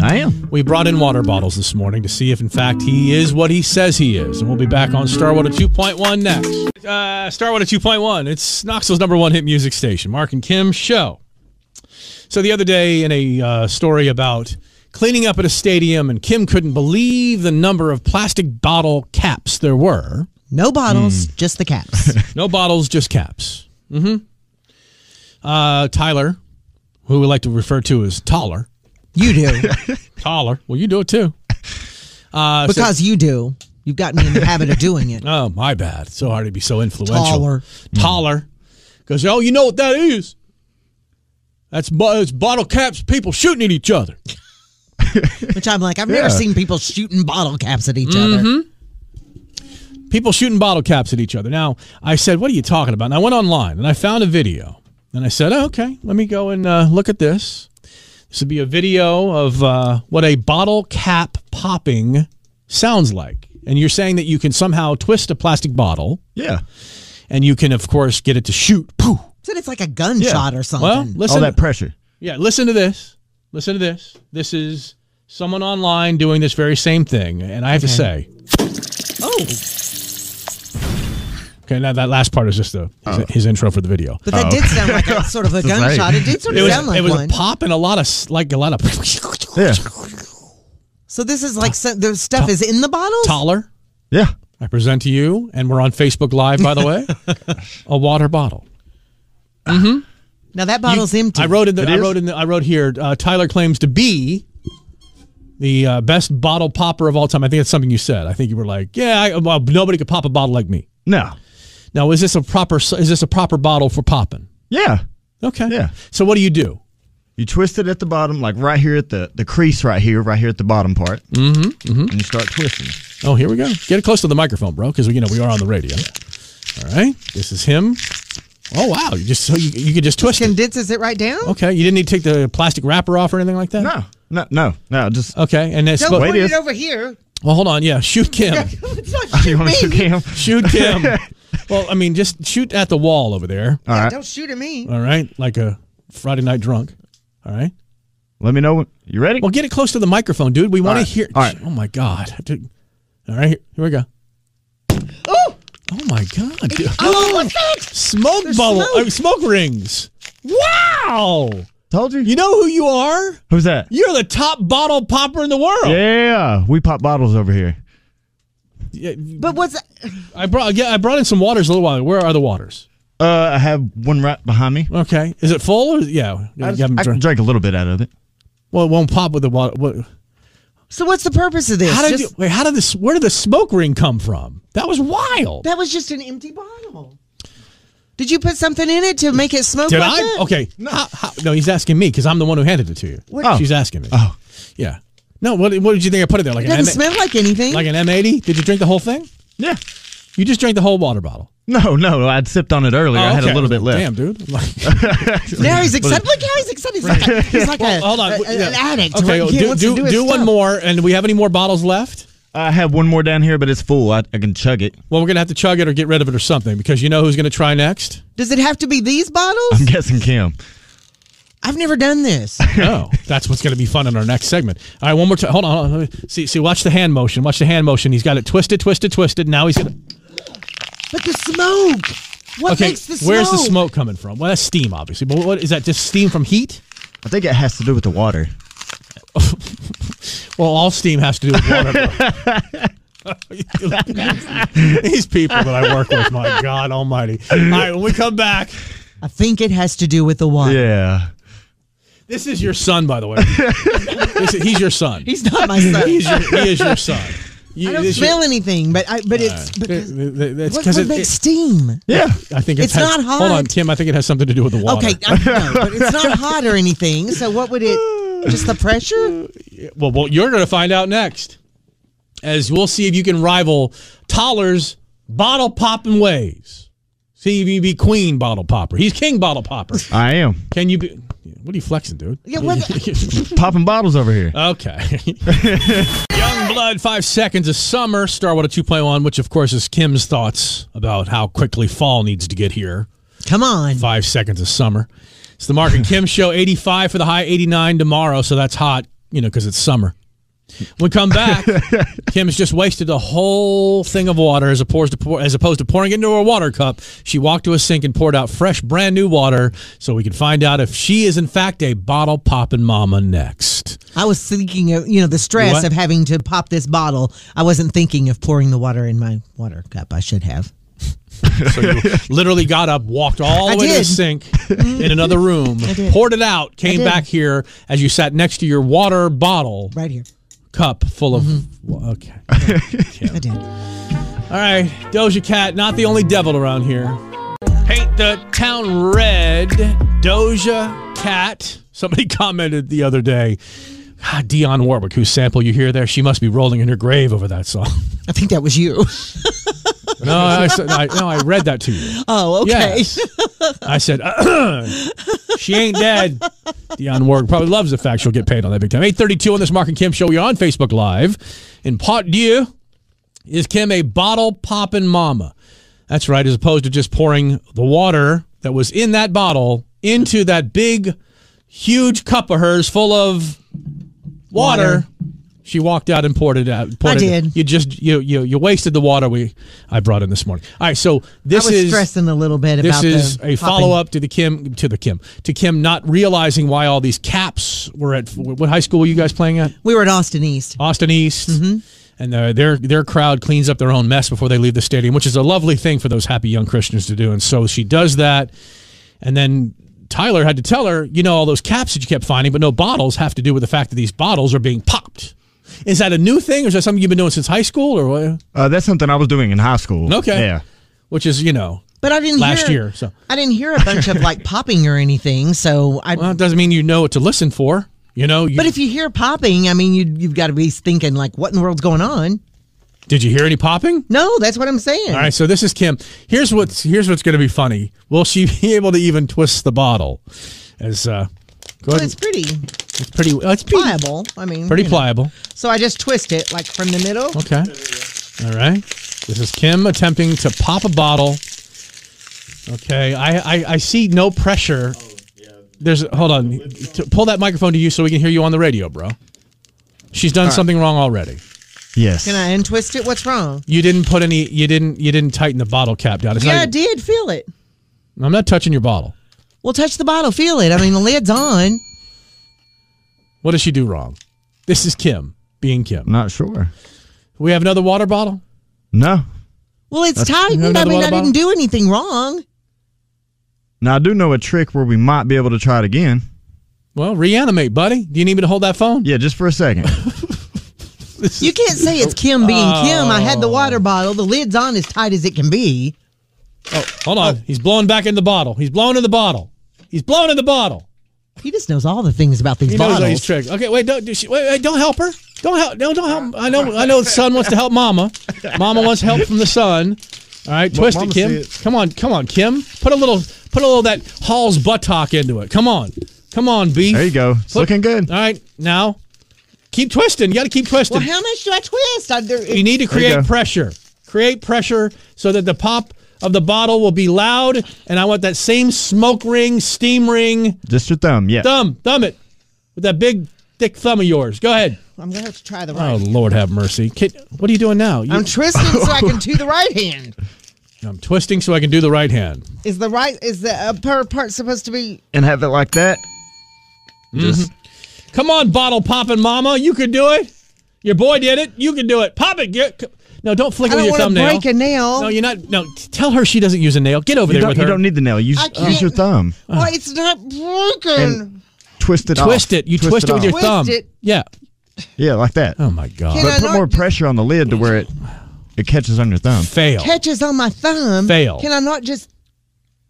Speaker 5: I am.
Speaker 2: We brought in water bottles this morning to see if, in fact, he is what he says he is. And we'll be back on Starwater 2.1 next. Uh, Starwater 2.1, it's Knoxville's number one hit music station, Mark and Kim show. So the other day, in a uh, story about cleaning up at a stadium, and Kim couldn't believe the number of plastic bottle caps there were.
Speaker 9: No bottles,
Speaker 2: Hmm.
Speaker 9: just the caps.
Speaker 2: no bottles, just caps. hmm Uh, Tyler, who we like to refer to as Taller.
Speaker 9: You do.
Speaker 2: Taller. Well, you do it too. Uh, so-
Speaker 9: because you do. You've gotten me in the habit of doing it.
Speaker 2: Oh, my bad. It's so hard to be so influential. Mm.
Speaker 9: Taller.
Speaker 2: Taller. Because, oh, you know what that is? That's bo- it's bottle caps, people shooting at each other.
Speaker 9: Which I'm like, I've never
Speaker 2: Yeah.
Speaker 9: seen people shooting bottle caps at each other.
Speaker 2: People shooting bottle caps at each other. Now, I said, what are you talking about? And I went online and I found a video. And I said, oh, okay, let me go and uh, look at this. This would be a video of uh, what a bottle cap popping sounds like. And you're saying that you can somehow twist a plastic bottle.
Speaker 5: Yeah.
Speaker 2: And you can, of course, get it to shoot. Poof.
Speaker 9: Said it's like a gunshot or something.
Speaker 2: Well, listen.
Speaker 5: Oh, All that pressure.
Speaker 2: Yeah, listen to this. Listen to this. This is someone online doing this very same thing, and I have to say,
Speaker 9: Oh,
Speaker 2: okay, now that last part is just the, his, his intro for the video.
Speaker 9: but that did sound like a sort of a gunshot. It did sort of
Speaker 2: was,
Speaker 9: sound like
Speaker 2: Oh. it was
Speaker 9: one.
Speaker 2: a pop and a lot of s- like a lot of
Speaker 5: yeah.
Speaker 9: So this is like some, the stuff is in the bottles.
Speaker 2: Taller.
Speaker 5: Yeah.
Speaker 2: I present to you, and we're on Facebook Live, by the way. a water bottle. Mm-hmm.
Speaker 9: Now that bottle's empty.
Speaker 2: I wrote in the.
Speaker 9: It
Speaker 2: I
Speaker 9: is?
Speaker 2: wrote in the. I wrote here. Uh, Tyler claims to be the uh, best bottle popper of all time. I think that's something you said. I think you were like, yeah, I, well, nobody could pop a bottle like me.
Speaker 5: No.
Speaker 2: Now, is this a proper? Is this a proper bottle for popping?
Speaker 5: Yeah.
Speaker 2: Okay.
Speaker 5: Yeah.
Speaker 2: So what do you do?
Speaker 5: You twist it at the bottom, like right here at the the crease, right here, right here at the bottom part.
Speaker 2: Mm-hmm.
Speaker 5: And you start twisting.
Speaker 2: Oh, here we go. Get it close to the microphone, bro, because you know we are on the radio. All right. This is him Oh wow! You just so you, you could just twist
Speaker 9: Condenses it right down.
Speaker 2: Okay, you didn't need to take the plastic wrapper off or anything like that.
Speaker 5: No, no, no, no. Just
Speaker 2: okay, and it's
Speaker 9: Don't
Speaker 2: supposed-
Speaker 9: put it over here.
Speaker 2: Well, hold on. Yeah, shoot Kim.
Speaker 9: It's not shoot
Speaker 5: wanna
Speaker 9: me.
Speaker 5: shoot Kim?
Speaker 2: shoot Kim. well, I mean, just shoot at the wall over there.
Speaker 5: All right.
Speaker 9: Don't shoot at me.
Speaker 2: All right, like a Friday night drunk. All right.
Speaker 5: Let me know when you ready.
Speaker 2: Well, get it close to the microphone, dude. We want to
Speaker 5: right.
Speaker 2: hear.
Speaker 5: All right.
Speaker 2: Oh my God. Dude. All right, here, here we go.
Speaker 9: Oh,
Speaker 2: Oh my God. dude.
Speaker 9: oh, what's that?
Speaker 2: Smoke
Speaker 9: There's
Speaker 2: bubble,
Speaker 9: smoke.
Speaker 2: uh, smoke rings. Wow!
Speaker 5: Told you.
Speaker 2: You know who you are?
Speaker 5: Who's that?
Speaker 2: You're the top bottle popper in the world.
Speaker 5: Yeah, we pop bottles over here.
Speaker 2: Yeah,
Speaker 9: But what's
Speaker 2: I brought yeah, I brought in some waters a little while. Where are the waters?
Speaker 5: Uh, I have one right behind me.
Speaker 2: Okay, is it full? Or, yeah, you
Speaker 5: I,
Speaker 2: haven't
Speaker 5: I
Speaker 2: drunk-
Speaker 5: drank a little bit out of it.
Speaker 2: Well, it won't pop with the water. What,
Speaker 9: so? What's the purpose of this?
Speaker 2: how did
Speaker 9: Just-
Speaker 2: you? Wait, how did this? Where did the smoke ring come from? That was wild.
Speaker 9: That was just an empty bottle. Did you put something in it to make it smoke?
Speaker 2: Did
Speaker 9: like
Speaker 2: I?
Speaker 9: that?
Speaker 2: Okay. No. How, how, no, he's asking me because I'm the one who handed it to you.
Speaker 9: What-
Speaker 2: She's asking me.
Speaker 5: Oh,
Speaker 2: Yeah. No. What, what did you think I put it there? Like
Speaker 9: It
Speaker 2: an
Speaker 9: doesn't
Speaker 2: M-
Speaker 9: smell like anything.
Speaker 2: like an M80? Did you drink the whole thing?
Speaker 5: yeah.
Speaker 2: You just drank the whole water bottle.
Speaker 5: No, no, I'd sipped on it earlier. I had
Speaker 2: Oh, okay.
Speaker 5: a little bit left.
Speaker 2: Damn, dude. Like,
Speaker 9: now he's excited. Look how he's excited. He's like a, he's like a,
Speaker 2: hold on.
Speaker 9: a- a-
Speaker 2: Yeah.
Speaker 9: an addict.
Speaker 2: Okay,
Speaker 9: right? He
Speaker 2: do,
Speaker 9: wants to
Speaker 2: do,
Speaker 9: do
Speaker 2: do,
Speaker 9: his
Speaker 2: one
Speaker 9: stuff.
Speaker 2: more. And do we have any more bottles left?
Speaker 5: I have one more down here, but it's full. I, I can chug it.
Speaker 2: Well, we're going to have to chug it or get rid of it or something because you know who's going to try next?
Speaker 9: Does it have to be these
Speaker 5: I'm
Speaker 9: bottles?
Speaker 5: guessing Kim.
Speaker 9: I've never done this.
Speaker 2: No. That's what's going to be fun in our next segment. All right, one more time. Hold on. hold on. See, see, watch the hand motion. Watch the hand motion. He's got it twisted, twisted, twisted. Now he's going to.
Speaker 9: But the smoke. What
Speaker 2: okay,
Speaker 9: makes the smoke?
Speaker 2: where's the smoke coming from? Well, that's steam, obviously. But what is that? Just steam from heat?
Speaker 5: I think it has to do with the water.
Speaker 2: Well, all steam has to do with water. These people that I work with, my God Almighty! All right, when we come back,
Speaker 9: I think it has to do with the water.
Speaker 5: Yeah.
Speaker 2: this is your son, by the way. This is- he's your son.
Speaker 9: He's not my son.
Speaker 2: He's your, he is your son. You,
Speaker 9: I don't
Speaker 2: this is your-
Speaker 9: smell anything, but I but it's because
Speaker 2: Th- th- that's
Speaker 9: what,
Speaker 2: 'cause
Speaker 9: what
Speaker 2: it-
Speaker 9: makes
Speaker 2: it-
Speaker 9: steam?
Speaker 5: Yeah.
Speaker 2: I think it
Speaker 9: It's
Speaker 2: has-
Speaker 9: not
Speaker 2: Hold on,
Speaker 9: hot.
Speaker 2: Tim. I think it has something to do with the water.
Speaker 9: Okay, I know, but it's not hot or anything. So what would it? Just the pressure?
Speaker 2: Well, well, you're going to find out next, as we'll see if you can rival Toller's bottle popping ways. See if you be queen bottle popper. He's king bottle popper.
Speaker 5: I am.
Speaker 2: Can you be? What are you flexing, dude?
Speaker 9: Yeah, what-
Speaker 5: Popping bottles over here.
Speaker 2: okay. Young blood, five seconds of summer. Star what a two play one, which of course is Kim's thoughts about how quickly fall needs to get here.
Speaker 9: Come on.
Speaker 2: Five seconds of summer. It's the Mark and Kim show. Eighty-five for the high, eighty-nine tomorrow. So that's hot, you know, because it's summer. When we come back, Kim's just wasted a whole thing of water as opposed to pour, as opposed to pouring it into a water cup. She walked to a sink and poured out fresh, brand new water, so we can find out if she is in fact a bottle popping mama next.
Speaker 9: I was thinking of you know the stress
Speaker 2: What?
Speaker 9: of having to pop this bottle. I wasn't thinking of pouring the water in my water cup. I should have.
Speaker 2: So you literally got up, walked all the
Speaker 9: I
Speaker 2: way to the
Speaker 9: did. Mm-hmm.
Speaker 2: sink in another room, poured it out, came
Speaker 9: did.
Speaker 2: back here as you sat next to your water bottle
Speaker 9: Right Mm-hmm. here.
Speaker 2: cup full of. wa- Okay.
Speaker 9: I did.
Speaker 2: All right, Doja Cat, not the only devil around here. Paint the town red, Doja Cat. Somebody commented the other day, God, Dionne Warwick, whose sample you hear there, she must be rolling in her grave over that song.
Speaker 9: I think that was you.
Speaker 2: No, I, said- I- no, I read that to you.
Speaker 9: Oh, okay.
Speaker 2: Yes. I said, she ain't dead. Dionne Warwick probably loves the fact she'll get paid on that big time. 832 on this Mark and Kim show. We're on Facebook Live. In pot dieu, is Kim a bottle poppin' mama? That's right, as opposed to just pouring the water that was in that bottle into that big, huge cup of hers full of water.
Speaker 9: Water.
Speaker 2: She walked out and poured it out. Poured
Speaker 9: I
Speaker 2: it-
Speaker 9: did.
Speaker 2: You just you you you wasted the water we I brought in this morning. All right, so
Speaker 9: I
Speaker 2: this
Speaker 9: was
Speaker 2: is
Speaker 9: stressing a little bit
Speaker 2: this
Speaker 9: about
Speaker 2: is
Speaker 9: the popping.
Speaker 2: a follow up to the Kim to the Kim to Kim not realizing why all these caps were at what high school were you guys playing at
Speaker 9: We were at Austin East.
Speaker 2: Austin East
Speaker 9: Mm-hmm.
Speaker 2: and uh, their their crowd cleans up their own mess before they leave the stadium which is a lovely thing for those happy young Christians to do and so she does that and then Tyler had to tell her you know all those caps that you kept finding but no bottles have to do with the fact that these bottles are being popped is that a new thing or is that something you've been doing since high school or what
Speaker 5: Uh, that's something I was doing in high school.
Speaker 2: okay
Speaker 5: Yeah.
Speaker 2: which is you know
Speaker 9: But I didn't
Speaker 2: last
Speaker 9: hear,
Speaker 2: year, so.
Speaker 9: I didn't hear a bunch of like popping or anything. So I.
Speaker 2: well it doesn't mean you know what to listen for you know you,
Speaker 9: but if you hear popping, I mean, you you've got to be thinking like, what in the world's going on?
Speaker 2: Did you hear any popping?
Speaker 9: No, that's what I'm saying.
Speaker 2: All right, so this is Kim. Here's what's here's what's going to be funny. Will she be able to even twist the bottle? As uh, go
Speaker 9: Well,
Speaker 2: ahead
Speaker 9: it's
Speaker 2: and-
Speaker 9: pretty.
Speaker 2: It's pretty. well, It's pretty,
Speaker 9: pliable. I mean,
Speaker 2: pretty
Speaker 9: you know.
Speaker 2: pliable.
Speaker 9: So I just twist it like from the middle.
Speaker 2: Okay. All right. This is Kim attempting to pop a bottle. Okay. I I, I see no pressure. There's hold on. T- pull that microphone to you so we can hear you on the radio, bro. She's done
Speaker 9: All right.
Speaker 2: something wrong already.
Speaker 5: Yes.
Speaker 9: Can I untwist it? What's wrong?
Speaker 2: You didn't put any. You didn't. You didn't tighten the bottle cap down. It's
Speaker 9: yeah,
Speaker 2: not,
Speaker 9: I did feel it.
Speaker 2: I'm not touching your bottle.
Speaker 9: Well, touch the bottle, feel it. I mean, the lid's on.
Speaker 2: What does she do wrong? This is Kim being Kim.
Speaker 5: Not sure.
Speaker 2: We have another water bottle.
Speaker 5: No.
Speaker 9: Well, it's
Speaker 5: That's- You have
Speaker 9: tightened. I
Speaker 5: another
Speaker 9: mean, I
Speaker 5: water
Speaker 9: didn't do anything wrong.
Speaker 5: Now I do know a trick where we might be able to try it again.
Speaker 2: Well, reanimate, buddy. Do you need me to hold that phone?
Speaker 5: Yeah, just for a second.
Speaker 9: You can't say it's Kim being Kim. I had the water bottle. The lid's on as tight as it can be.
Speaker 2: Oh, hold on. He's blowing back in the bottle. He's blowing in the bottle. He's blowing in the bottle.
Speaker 9: He just knows all the things about these
Speaker 2: He knows
Speaker 9: bottles.
Speaker 2: all these tricks. Okay, wait, don't do she, wait, wait, don't help her. Don't help. No, don't help. I know. I know. The son wants to help Mama. Mama wants help from the son. All right,
Speaker 5: Ma-
Speaker 2: twist it,
Speaker 5: Mama
Speaker 2: Kim.
Speaker 5: see it.
Speaker 2: Come on, come on, Kim. Put a little, put a little of that Hall's buttock into it. Come on, come on, beef. There you
Speaker 5: go. It's looking good.
Speaker 2: All right, now keep twisting. You got to keep twisting.
Speaker 9: Well, how much do I twist? I, there,
Speaker 2: You need to
Speaker 9: There you
Speaker 2: create
Speaker 9: go.
Speaker 2: pressure. Create pressure so that the pop of the bottle will be loud, and I want that same smoke ring, steam ring.
Speaker 5: just your thumb. Yeah.
Speaker 2: Thumb, thumb it with that big, thick thumb of yours. Go ahead.
Speaker 9: I'm gonna have to try the right.
Speaker 2: Oh Lord, have mercy. Kid, what are you doing now? You-
Speaker 9: I'm twisting so I can do the right hand.
Speaker 2: I'm twisting so I can do the right hand.
Speaker 9: Is the right is the upper part supposed to be?
Speaker 5: And have it like that.
Speaker 2: Just- Come on, bottle popping mama, you can do it. Your boy did it. You can do it. Pop it. Get, no, don't flick
Speaker 9: I
Speaker 2: it
Speaker 9: don't
Speaker 2: with your
Speaker 9: wanna
Speaker 2: thumbnail.
Speaker 9: break a nail.
Speaker 2: No, you're not. No, t- tell her she doesn't use a nail. Get over
Speaker 5: You
Speaker 2: there
Speaker 5: don't,
Speaker 2: with
Speaker 5: you
Speaker 2: her.
Speaker 5: don't need the nail. Use,
Speaker 9: I
Speaker 5: use your thumb.
Speaker 9: Well, it's not broken.
Speaker 5: And twist it off.
Speaker 2: Twist it. You twist it with
Speaker 5: off.
Speaker 2: your
Speaker 9: Twist
Speaker 2: thumb.
Speaker 9: it.
Speaker 2: Yeah.
Speaker 5: Yeah, like that.
Speaker 2: Oh my god.
Speaker 9: Can I
Speaker 5: But put
Speaker 9: not
Speaker 5: more pressure on the lid to where it it catches on your thumb.
Speaker 2: Fail.
Speaker 9: Catches on my thumb.
Speaker 2: Fail.
Speaker 9: Can I not just?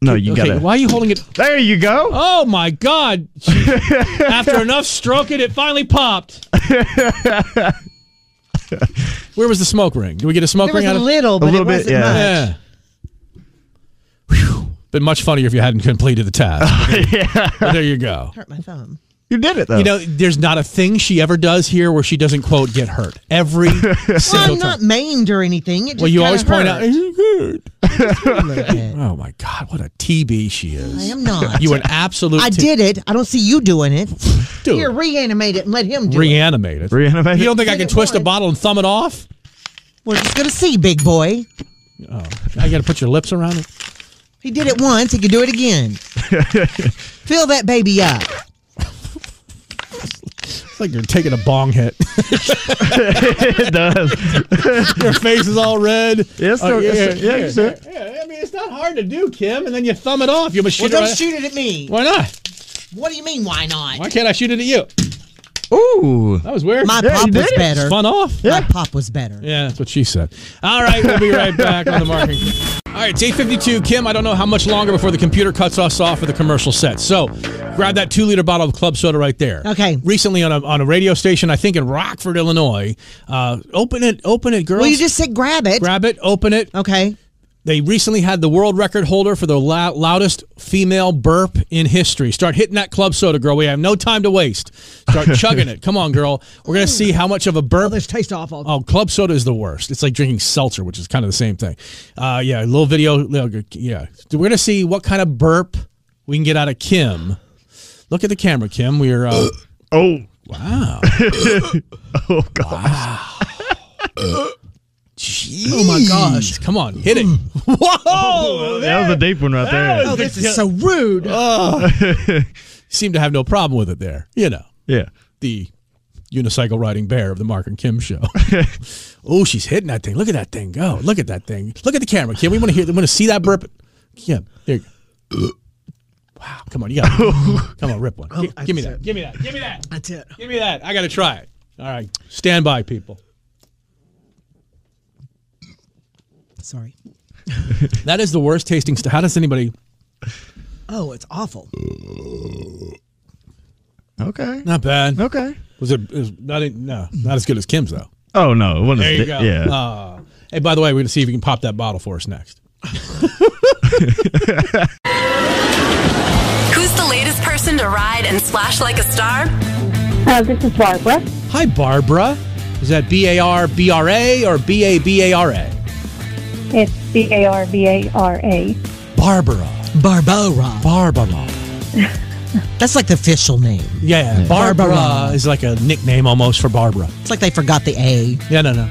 Speaker 5: No, you
Speaker 2: okay,
Speaker 5: gotta.
Speaker 2: Why are you holding it?
Speaker 5: There you go.
Speaker 2: Oh my god. After enough stroking, it finally popped. Where was the smoke ring? Did we get a smoke
Speaker 9: There
Speaker 2: ring
Speaker 9: was
Speaker 2: out
Speaker 9: a
Speaker 2: of
Speaker 9: little, but
Speaker 5: little
Speaker 9: it
Speaker 5: bit,
Speaker 9: wasn't
Speaker 5: yeah.
Speaker 9: much.
Speaker 2: Yeah. Whew. Been much funnier if you hadn't completed the task. yeah. there you go.
Speaker 9: Hurt my thumb.
Speaker 5: You did it though.
Speaker 2: You know, there's not a thing she ever does here where she doesn't quote get hurt every
Speaker 9: Well,
Speaker 2: single
Speaker 9: I'm not
Speaker 2: time.
Speaker 9: maimed or anything. It just
Speaker 2: Well, you always point out.
Speaker 9: kinda
Speaker 2: "Is it hurt?"
Speaker 9: hurt a little bit.
Speaker 2: Oh my God, what a TB she
Speaker 9: I
Speaker 2: is!
Speaker 9: am not.
Speaker 2: You an absolute.
Speaker 9: I
Speaker 2: t-
Speaker 9: did it. I don't see you doing it.
Speaker 2: Dude.
Speaker 9: Here, reanimate it and let him do it.
Speaker 2: reanimate it.
Speaker 5: Reanimate
Speaker 2: You don't
Speaker 5: it?
Speaker 2: think I
Speaker 9: Did
Speaker 2: can
Speaker 9: it
Speaker 2: twist a
Speaker 9: once.
Speaker 2: bottle and thumb it off?
Speaker 9: We're just gonna see, big boy.
Speaker 2: I got to put your lips around it.
Speaker 9: He did it once. He could do it again. Fill that baby up.
Speaker 2: It's like you're taking a bong hit.
Speaker 5: it does.
Speaker 2: your face is all red.
Speaker 5: Yes,
Speaker 2: Oh,
Speaker 5: sir. Yes, sir. Yeah,
Speaker 2: yeah,
Speaker 5: you said
Speaker 2: yeah. I mean, it's not hard to do, Kim. And then you thumb it off. You must
Speaker 9: Well,
Speaker 2: shoot it.
Speaker 9: don't
Speaker 2: right-
Speaker 9: shoot it at me.
Speaker 2: Why not?
Speaker 9: What do you mean? Why not?
Speaker 2: Why can't I shoot it at you?
Speaker 5: Ooh.
Speaker 2: That was weird.
Speaker 9: My
Speaker 5: Yeah,
Speaker 9: pop
Speaker 5: you
Speaker 9: was
Speaker 5: did it.
Speaker 9: better.
Speaker 2: Spun off.
Speaker 9: My pop was better.
Speaker 2: Yeah, that's what she said. All right, we'll be right back on the marketing. All right, it's 852. Kim, I don't know how much longer before the computer cuts us off for the commercial set. So grab that two liter bottle of club soda right there.
Speaker 9: Okay.
Speaker 2: Recently on a, on a radio station, I think in Rockford, Illinois. Uh, open it, open it, girls.
Speaker 9: Well, you just said grab it.
Speaker 2: grab it, open it.
Speaker 9: Okay.
Speaker 2: They recently had the world record holder for the lou- loudest female burp in history. Start hitting that club soda, girl. We have no time to waste. Start chugging it. Come on, girl. We're going to see how much of a burp.
Speaker 9: This tastes awful.
Speaker 2: Oh, club soda is the worst. It's like drinking seltzer, which is kind of the same thing. Uh, yeah, a little video. little- Yeah, we're gonna see what kind of burp we can get out of Kim. Look at the camera, Kim. We're uh,
Speaker 5: Oh.
Speaker 2: wow.
Speaker 5: Oh god.
Speaker 2: Oh my gosh! Come on, hit it. Whoa!
Speaker 5: That was a deep one right there.
Speaker 9: Oh, this is so rude. Ah.
Speaker 2: Seem to have no problem with it there. You know
Speaker 5: yeah.
Speaker 2: the unicycle riding bear of the Mark and Kim show. oh, she's hitting that thing. Look at that thing go. Look at that thing. Look at the camera, Kim. We want to hear. We want to see that burp. Kim, there. You go. Wow, come on, you got. Come on, rip one. Gi-
Speaker 9: Oh, I
Speaker 2: give me
Speaker 9: said-
Speaker 2: that. Give me that. Give me that.
Speaker 9: That's it.
Speaker 2: Give me that. I got to try it. All right, stand by, people.
Speaker 9: Sorry.
Speaker 2: That is the worst tasting stuff. How does anybody?
Speaker 9: Oh, it's awful.
Speaker 5: Okay.
Speaker 2: Not bad.
Speaker 5: Okay.
Speaker 2: Was it, it was not? No, not as good as Kim's though.
Speaker 5: Oh no, it wasn't.
Speaker 2: There you go.
Speaker 5: th- Yeah.
Speaker 2: Ah. hey, by the way, we're gonna see if you can pop that bottle for us next.
Speaker 13: Who's the latest person to ride and splash like a star?
Speaker 2: Uh, this is Barbara. Hi, Barbara. Is that B A R B R A or B A B A R A?
Speaker 12: It's B A R B A R A.
Speaker 2: Barbara.
Speaker 9: Barbara.
Speaker 2: Barbara.
Speaker 9: That's like the official name.
Speaker 2: Yeah, Barbara, is like a nickname almost for Barbara.
Speaker 9: It's like they forgot the A.
Speaker 2: Yeah, no, no.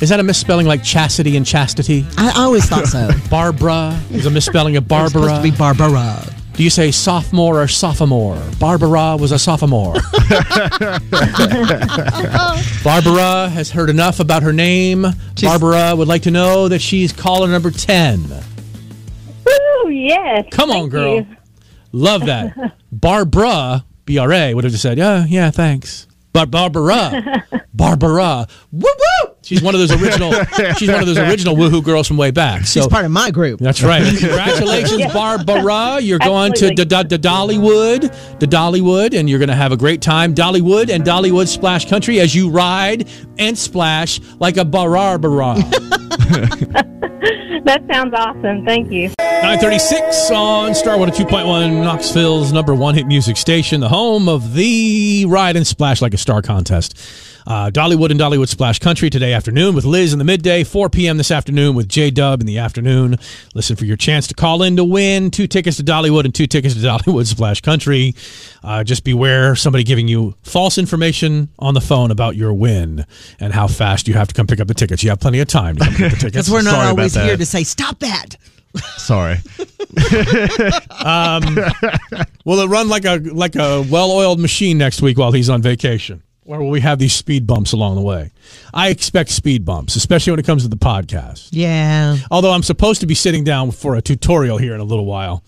Speaker 2: Is that a misspelling like chastity and chastity?
Speaker 9: I always thought so.
Speaker 2: Barbara is a misspelling of Barbara.
Speaker 9: supposed to be
Speaker 2: Barbara. Do you say sophomore or sophomore? Barbara was a sophomore. Barbara has heard enough about her name. Barbara would like to know that she's caller number 10.
Speaker 12: Woo, yes.
Speaker 2: Come on,
Speaker 12: Thank
Speaker 2: girl.
Speaker 12: you.
Speaker 2: Love that. Barbara, B R A, would have just said, yeah, yeah, thanks. But Barbara, Barbara, woo woo. She's one of those original. she's one of those original woohoo girls from way back. So
Speaker 9: She's part of my group.
Speaker 2: that's right. Congratulations,
Speaker 9: Yeah.
Speaker 2: Barbara. You're going
Speaker 9: Absolutely.
Speaker 2: to da- da- da- Dollywood, the Dollywood, and you're going to have a great time. Dollywood and Dollywood Splash Country as you ride and splash like a Barbara.
Speaker 12: That sounds awesome. Thank you.
Speaker 2: 936 on oh Starwater 2.1, Knoxville's number one hit music station, the home of the Ride and Splash Like a Star contest. Uh, Dollywood and Dollywood Splash Country today afternoon with Liz in the midday, 4 p.m. this afternoon with J Dub in the afternoon. Listen for your chance to call in to win two tickets to Dollywood and two tickets to Dollywood Splash Country. Uh, just beware somebody giving you false information on the phone about your win and how fast you have to come pick up the tickets. You have plenty of time to come pick up the tickets.
Speaker 9: Because we're not always here to say, stop that.
Speaker 2: Sorry. um, will it run like a like a well-oiled machine next week while he's on vacation, or will we have these speed bumps along the way? I expect speed bumps, especially when it comes to the podcast.
Speaker 9: Yeah.
Speaker 2: Although I'm supposed to be sitting down for a tutorial here in a little while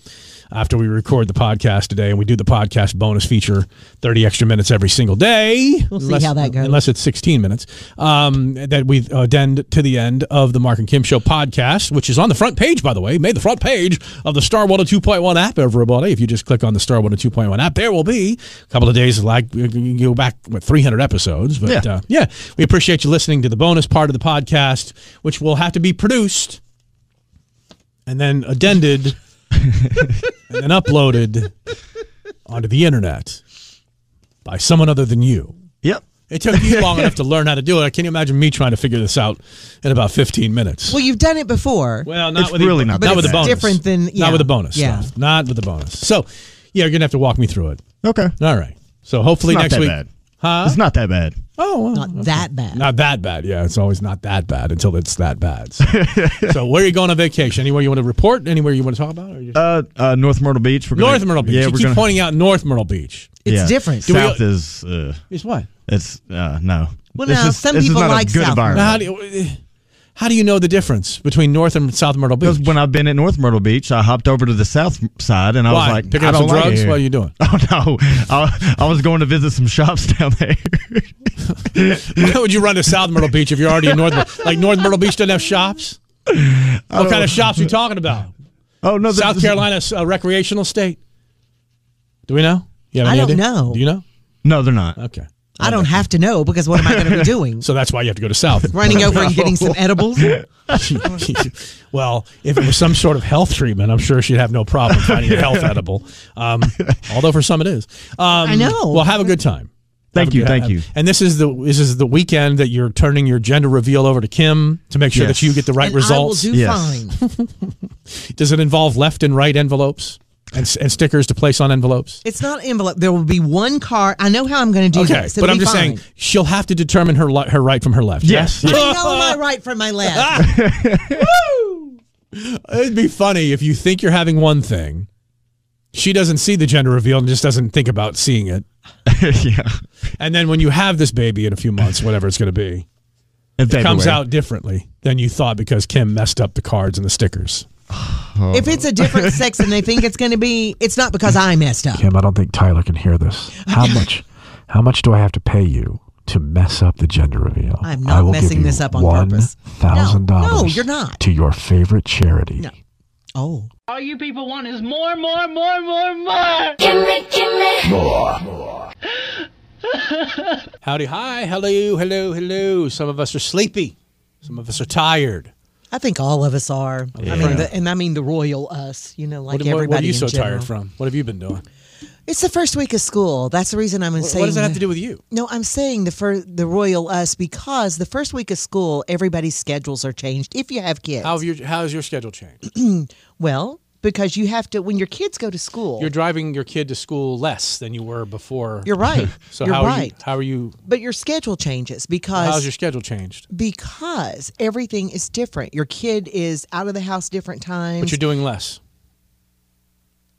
Speaker 2: after we record the podcast today, and we do the podcast bonus feature, 30 extra minutes every single day.
Speaker 9: We'll see how that goes.
Speaker 2: Unless it's 16 minutes um, that we addend to the end of the Mark and Kim Show podcast, which is on the front page, by the way, made the front page of the Star 102.1 app, everybody. If you just click on the Star 102.1 app, there will be a couple of days, like you can go back, what, 300 episodes. But
Speaker 5: Yeah.
Speaker 2: Uh, yeah, we appreciate you listening to the bonus part of the podcast, which will have to be produced and then addended and then uploaded onto the internet by someone other than you.
Speaker 5: Yep.
Speaker 2: It took you long enough to learn how to do it. I can't imagine me trying to figure this out in about 15 minutes.
Speaker 9: Well, you've done it before.
Speaker 2: Well, not with the, not with the bonus.
Speaker 9: different than yeah.
Speaker 2: not with the bonus.
Speaker 9: Yeah.
Speaker 2: stuff. not with the bonus. So, yeah, you're gonna have to walk me through it.
Speaker 5: Okay.
Speaker 2: All right. So hopefully
Speaker 5: It's not
Speaker 2: next
Speaker 5: that
Speaker 2: week.
Speaker 5: bad.
Speaker 2: Huh?
Speaker 5: It's not that bad.
Speaker 2: Oh, well,
Speaker 9: not that bad.
Speaker 2: Not that bad. Yeah, it's always not that bad until it's that bad. So, so where are you going on vacation? Anywhere you want to report? Anywhere you want to talk about? Or you-
Speaker 5: Uh, uh, North Myrtle Beach. We're
Speaker 2: North Myrtle Beach.
Speaker 5: Yeah,
Speaker 2: you
Speaker 5: we're
Speaker 2: keep
Speaker 5: gonna,
Speaker 2: pointing out North Myrtle Beach.
Speaker 5: yeah.
Speaker 2: Do we-
Speaker 5: South is. Uh,
Speaker 2: It's what?
Speaker 5: It's uh, no.
Speaker 2: Well,
Speaker 5: This
Speaker 2: now,
Speaker 5: is-
Speaker 2: some
Speaker 5: this is
Speaker 2: people
Speaker 5: not a
Speaker 2: like
Speaker 5: good
Speaker 2: South
Speaker 5: environment.
Speaker 2: Myrtle. Now, how do you- How do you know the difference between North and South Myrtle Beach?
Speaker 5: Because when I've been at North Myrtle Beach, I hopped over to the south side and I
Speaker 2: Why?
Speaker 5: was like,
Speaker 2: Picking
Speaker 5: I
Speaker 2: up
Speaker 5: don't
Speaker 2: some
Speaker 5: like
Speaker 2: drugs?
Speaker 5: It here.
Speaker 2: What are you doing?
Speaker 5: Oh no, I, I was going to visit some shops down there.
Speaker 2: Why would you run to South Myrtle Beach if you're already in North? Myr- like North Myrtle Beach doesn't have shops. What
Speaker 5: don't-
Speaker 2: kind of shops are you talking about?
Speaker 5: Oh no,
Speaker 2: South
Speaker 5: this-
Speaker 2: Carolina's a recreational state. Do we know? You have
Speaker 9: I
Speaker 2: any
Speaker 9: don't
Speaker 2: idea?
Speaker 9: know.
Speaker 2: Do you know?
Speaker 5: No, they're not.
Speaker 2: Okay.
Speaker 9: I don't have to know because what am I going to be doing?
Speaker 2: So that's why you have to go to South.
Speaker 9: Running over and getting some edibles?
Speaker 2: well, if it was some sort of health treatment, I'm sure she'd have no problem finding a health edible. Um, although for some it is. Um,
Speaker 9: I know.
Speaker 2: Well, have a good time.
Speaker 5: Thank
Speaker 2: Have a
Speaker 5: you,
Speaker 2: good-
Speaker 5: thank you.
Speaker 2: And this is the this is the weekend that you're turning your gender reveal over to Kim to make sure
Speaker 5: Yes.
Speaker 2: that you get the right
Speaker 9: And
Speaker 2: results.
Speaker 9: I will do fine.
Speaker 2: Does it involve left and right envelopes and, s- and stickers to place on envelopes?
Speaker 9: It's not envelope. There will be one card. I know how I'm going to do
Speaker 2: okay,
Speaker 9: this. It'll
Speaker 2: but I'm
Speaker 9: be
Speaker 2: just
Speaker 9: fine.
Speaker 2: saying she'll have to determine her li- her right from her left.
Speaker 5: Yes.
Speaker 9: I know my right from my left.
Speaker 2: It'd be funny if you think you're having one thing, she doesn't see the gender reveal and just doesn't think about seeing it.
Speaker 5: yeah.
Speaker 2: And then when you have this baby in a few months, whatever it's going to be,
Speaker 5: In
Speaker 2: it comes
Speaker 5: February.
Speaker 2: out differently than you thought because Kim messed up the cards and the stickers.
Speaker 9: If it's a different sex and they think it's going to be, it's not because I messed up.
Speaker 2: Kim, I don't think Tyler can hear this. How much? How much do I have to pay you to mess up the gender reveal?
Speaker 9: I'm not I will give messing you this up on purpose.
Speaker 2: Thousand
Speaker 9: $1,000 no, you're not.
Speaker 2: to your favorite charity.
Speaker 9: No. Oh.
Speaker 10: All you people want is more, more, more, more, more.
Speaker 2: Gimme, gimme. More. Howdy, hi, hello, hello, hello. Some of us are sleepy. Some of us are tired.
Speaker 9: I think all of us are. I
Speaker 2: Yeah.
Speaker 9: mean, the, and I mean the royal us. You know, like
Speaker 2: what, what-
Speaker 9: everybody.
Speaker 2: what are you
Speaker 9: in
Speaker 2: so
Speaker 9: general.
Speaker 2: tired from? What have you been doing?
Speaker 9: It's the first week of school. That's the reason I'm
Speaker 2: what
Speaker 9: saying.
Speaker 2: does that have to do with you?
Speaker 9: No, I'm saying the fir- the royal us because the first week of school, everybody's schedules are changed. If you have kids,
Speaker 2: How have your How has your schedule changed?
Speaker 9: well, because you have to when your kids go to school.
Speaker 2: You're driving your kid to school less than you were before.
Speaker 9: You're right.
Speaker 2: so
Speaker 9: You're
Speaker 2: how
Speaker 9: right.
Speaker 2: Are you, how are you?
Speaker 9: but your schedule changes because
Speaker 2: How's your schedule changed?
Speaker 9: because everything is different. Your kid is out of the house different times.
Speaker 2: But you're doing less.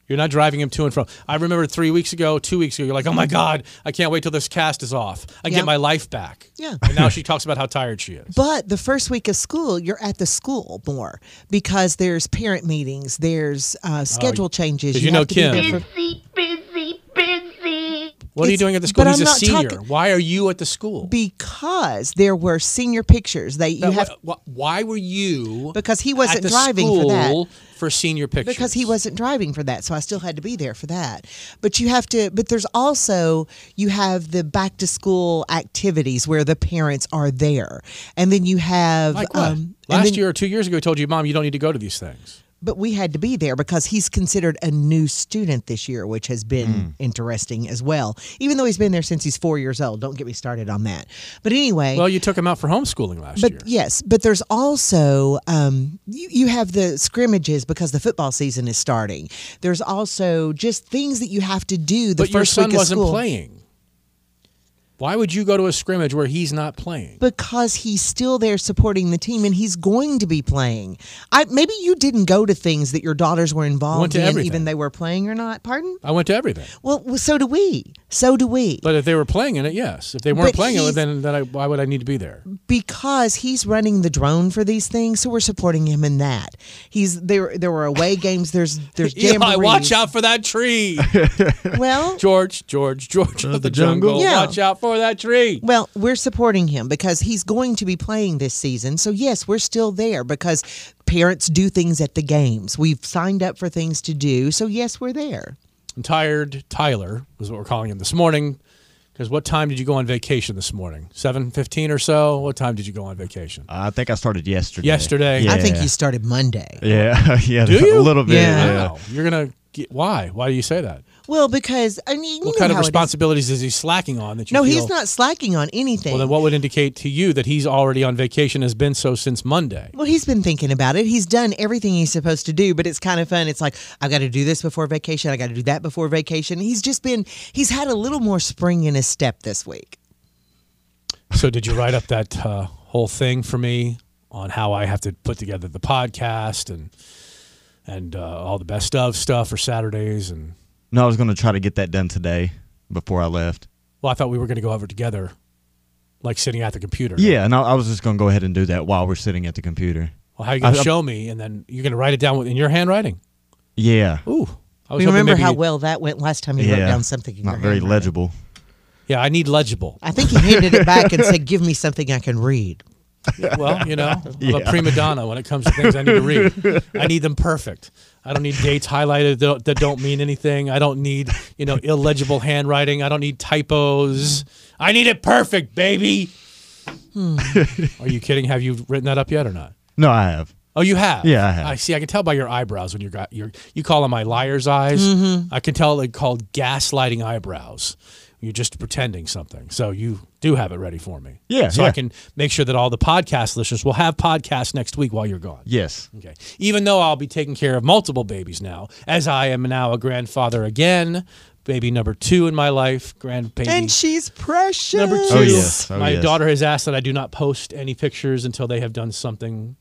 Speaker 2: You're not driving him to and from. I remember three weeks ago, two weeks ago, you're like, "Oh my God, I can't wait till this cast is off. I
Speaker 9: Yeah.
Speaker 2: get my life back."
Speaker 9: Yeah.
Speaker 2: And now she talks about how tired she is.
Speaker 9: But the first week of school, you're at the school more because there's parent meetings, there's uh, schedule changes.
Speaker 2: 'cause Oh, you know
Speaker 9: have to be
Speaker 2: Kim.
Speaker 9: there for-
Speaker 4: Busy, busy.
Speaker 2: What are you
Speaker 9: It's-
Speaker 2: doing at the school?
Speaker 9: but
Speaker 2: He's
Speaker 9: I'm
Speaker 2: a
Speaker 9: not
Speaker 2: senior.
Speaker 9: talking-
Speaker 2: Why are you at the school?
Speaker 9: because there were senior pictures. They you
Speaker 2: That-
Speaker 9: have
Speaker 2: wh- wh- why were you
Speaker 9: Because he wasn't
Speaker 2: at the
Speaker 9: driving for
Speaker 2: school
Speaker 9: that.
Speaker 2: for senior pictures?
Speaker 9: because he wasn't driving for that, so I still had to be there for that. But you have to. But there's also you have the back to school activities where the parents are there, and then you have
Speaker 2: like what?
Speaker 9: um, and
Speaker 2: Last
Speaker 9: then-
Speaker 2: year or two years ago, I told you, Mom, you don't need to go to these things.
Speaker 9: But we had to be there because he's considered a new student this year, which has been
Speaker 2: Hmm.
Speaker 9: interesting as well. Even though he's been there since he's four years old, don't get me started on that. But anyway,
Speaker 2: Well, you took him out for homeschooling last
Speaker 9: but
Speaker 2: year.
Speaker 9: yes, but there's also um, you, you have the scrimmages because the football season is starting. There's also just things that you have to do the
Speaker 2: but your
Speaker 9: first
Speaker 2: son
Speaker 9: week of
Speaker 2: wasn't
Speaker 9: school
Speaker 2: playing. Why would you go to a scrimmage where he's not playing?
Speaker 9: because he's still there supporting the team and he's going to be playing. I maybe you didn't go to things that your daughters were involved
Speaker 2: to
Speaker 9: in,
Speaker 2: everything.
Speaker 9: even they were playing or not. Pardon?
Speaker 2: I went to everything.
Speaker 9: Well, well, so do we. So do we.
Speaker 2: But if they were playing in it, yes. If they weren't
Speaker 9: But
Speaker 2: playing in it,
Speaker 9: he's-
Speaker 2: then, then I, why would I need to be there?
Speaker 9: because he's running the drone for these things, so we're supporting him in that. He's there. There were away games. There's there's
Speaker 2: Eli,
Speaker 9: jamborees.
Speaker 2: watch out for that tree.
Speaker 9: Well,
Speaker 2: George, George, George of the jungle.
Speaker 9: Yeah.
Speaker 2: Watch out for that tree.
Speaker 9: Well, we're supporting him because he's going to be playing this season. So yes, we're still there because parents do things at the games. We've signed up for things to do. So yes, we're there.
Speaker 2: I'm tired. Tyler was what we're calling him this morning. Because what time did you go on vacation this morning? Seven fifteen or so. What time did you go on vacation?
Speaker 5: I think I started yesterday.
Speaker 2: Yesterday.
Speaker 5: Yeah.
Speaker 9: I think you started Monday.
Speaker 5: Yeah, yeah.
Speaker 2: Do you
Speaker 5: A little bit.
Speaker 2: Yeah.
Speaker 5: Yeah.
Speaker 2: Wow. You're gonna get why? Why do you say that?
Speaker 9: Well, because I mean, you
Speaker 2: what
Speaker 9: know
Speaker 2: kind of
Speaker 9: how it is.
Speaker 2: responsibilities is. he slacking on that you?
Speaker 9: No,
Speaker 2: feel-
Speaker 9: he's not slacking on anything.
Speaker 2: Well, then what would indicate to you that he's already on vacation? Has been so since Monday.
Speaker 9: Well, he's been thinking about it. He's done everything he's supposed to do, but it's kind of fun. It's like, I've got to do this before vacation. I got to do that before vacation. He's just been, he's had a little more spring in his step this week.
Speaker 2: So did you write up that uh, whole thing for me on how I have to put together the podcast and and uh, all the best of stuff for Saturdays and
Speaker 5: No, I was going to try to get that done today before I left.
Speaker 2: Well, I thought we were going to go over together, like sitting at the computer.
Speaker 5: Yeah, and I, I was just going to go ahead and do that while we're sitting at the computer.
Speaker 2: Well, how are you going
Speaker 5: I-
Speaker 2: to
Speaker 5: I-
Speaker 2: show me, and then you're going to write it down with- in your handwriting?
Speaker 5: Yeah.
Speaker 2: Ooh, I
Speaker 9: We
Speaker 2: hoping
Speaker 9: remember
Speaker 2: maybe
Speaker 9: how
Speaker 2: you-
Speaker 9: well that went last time you wrote
Speaker 5: Yeah.
Speaker 9: down something. In
Speaker 5: Not
Speaker 9: your
Speaker 5: very
Speaker 9: handwriting.
Speaker 5: legible.
Speaker 2: Yeah, I need legible.
Speaker 9: I think he handed it back and said, Give me something I can read.
Speaker 2: Well, you know, I'm a
Speaker 5: Yeah.
Speaker 2: prima donna when it comes to things I need to read. I need them perfect. I don't need dates highlighted that- that don't mean anything. I don't need you know illegible handwriting. I don't need typos. I need it perfect, baby. Hmm. Are you kidding? Have you written that up yet or not?
Speaker 5: No, I have.
Speaker 2: Oh, you have.
Speaker 5: Yeah, I have.
Speaker 2: see. I can tell by your eyebrows when you got your. You call them my liar's eyes.
Speaker 9: Mhm.
Speaker 2: I can tell they're called gaslighting eyebrows. You're just pretending something. So you do have it ready for me.
Speaker 5: Yeah,
Speaker 2: So I
Speaker 5: yeah.
Speaker 2: can make sure that all the podcast listeners will have podcasts next week while you're gone.
Speaker 5: Yes.
Speaker 2: Okay. Even though I'll be taking care of multiple babies now, as I am now a grandfather again, baby number two in my life, grandbaby.
Speaker 9: And she's precious.
Speaker 2: Number two,
Speaker 5: Oh, yes. Oh,
Speaker 2: my
Speaker 5: yes.
Speaker 2: daughter has asked that I do not post any pictures until they have done something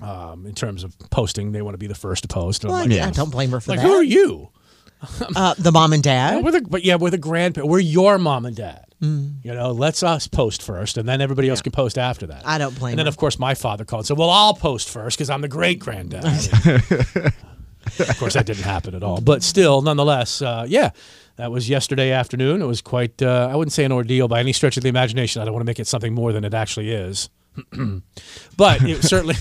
Speaker 2: um, in terms of posting. They want to be the first to post. And
Speaker 9: Well,
Speaker 2: I'm like,
Speaker 9: I don't blame her for
Speaker 2: like,
Speaker 9: that.
Speaker 2: who are you?
Speaker 9: Uh, the mom and
Speaker 2: Yeah,
Speaker 9: dad. Mm.
Speaker 2: we're the, but yeah, we're the grandparents. We're your mom and dad. You know, let's us post first, and then everybody else can post after that.
Speaker 9: I don't blame
Speaker 2: and then,
Speaker 9: her.
Speaker 2: of course, my father called and said, Well, I'll post first because I'm the great granddad. of course, that didn't happen at all. But still, nonetheless, uh, yeah, that was yesterday afternoon. It was quite, uh, I wouldn't say an ordeal by any stretch of the imagination. I don't want to make it something more than it actually is. but it certainly.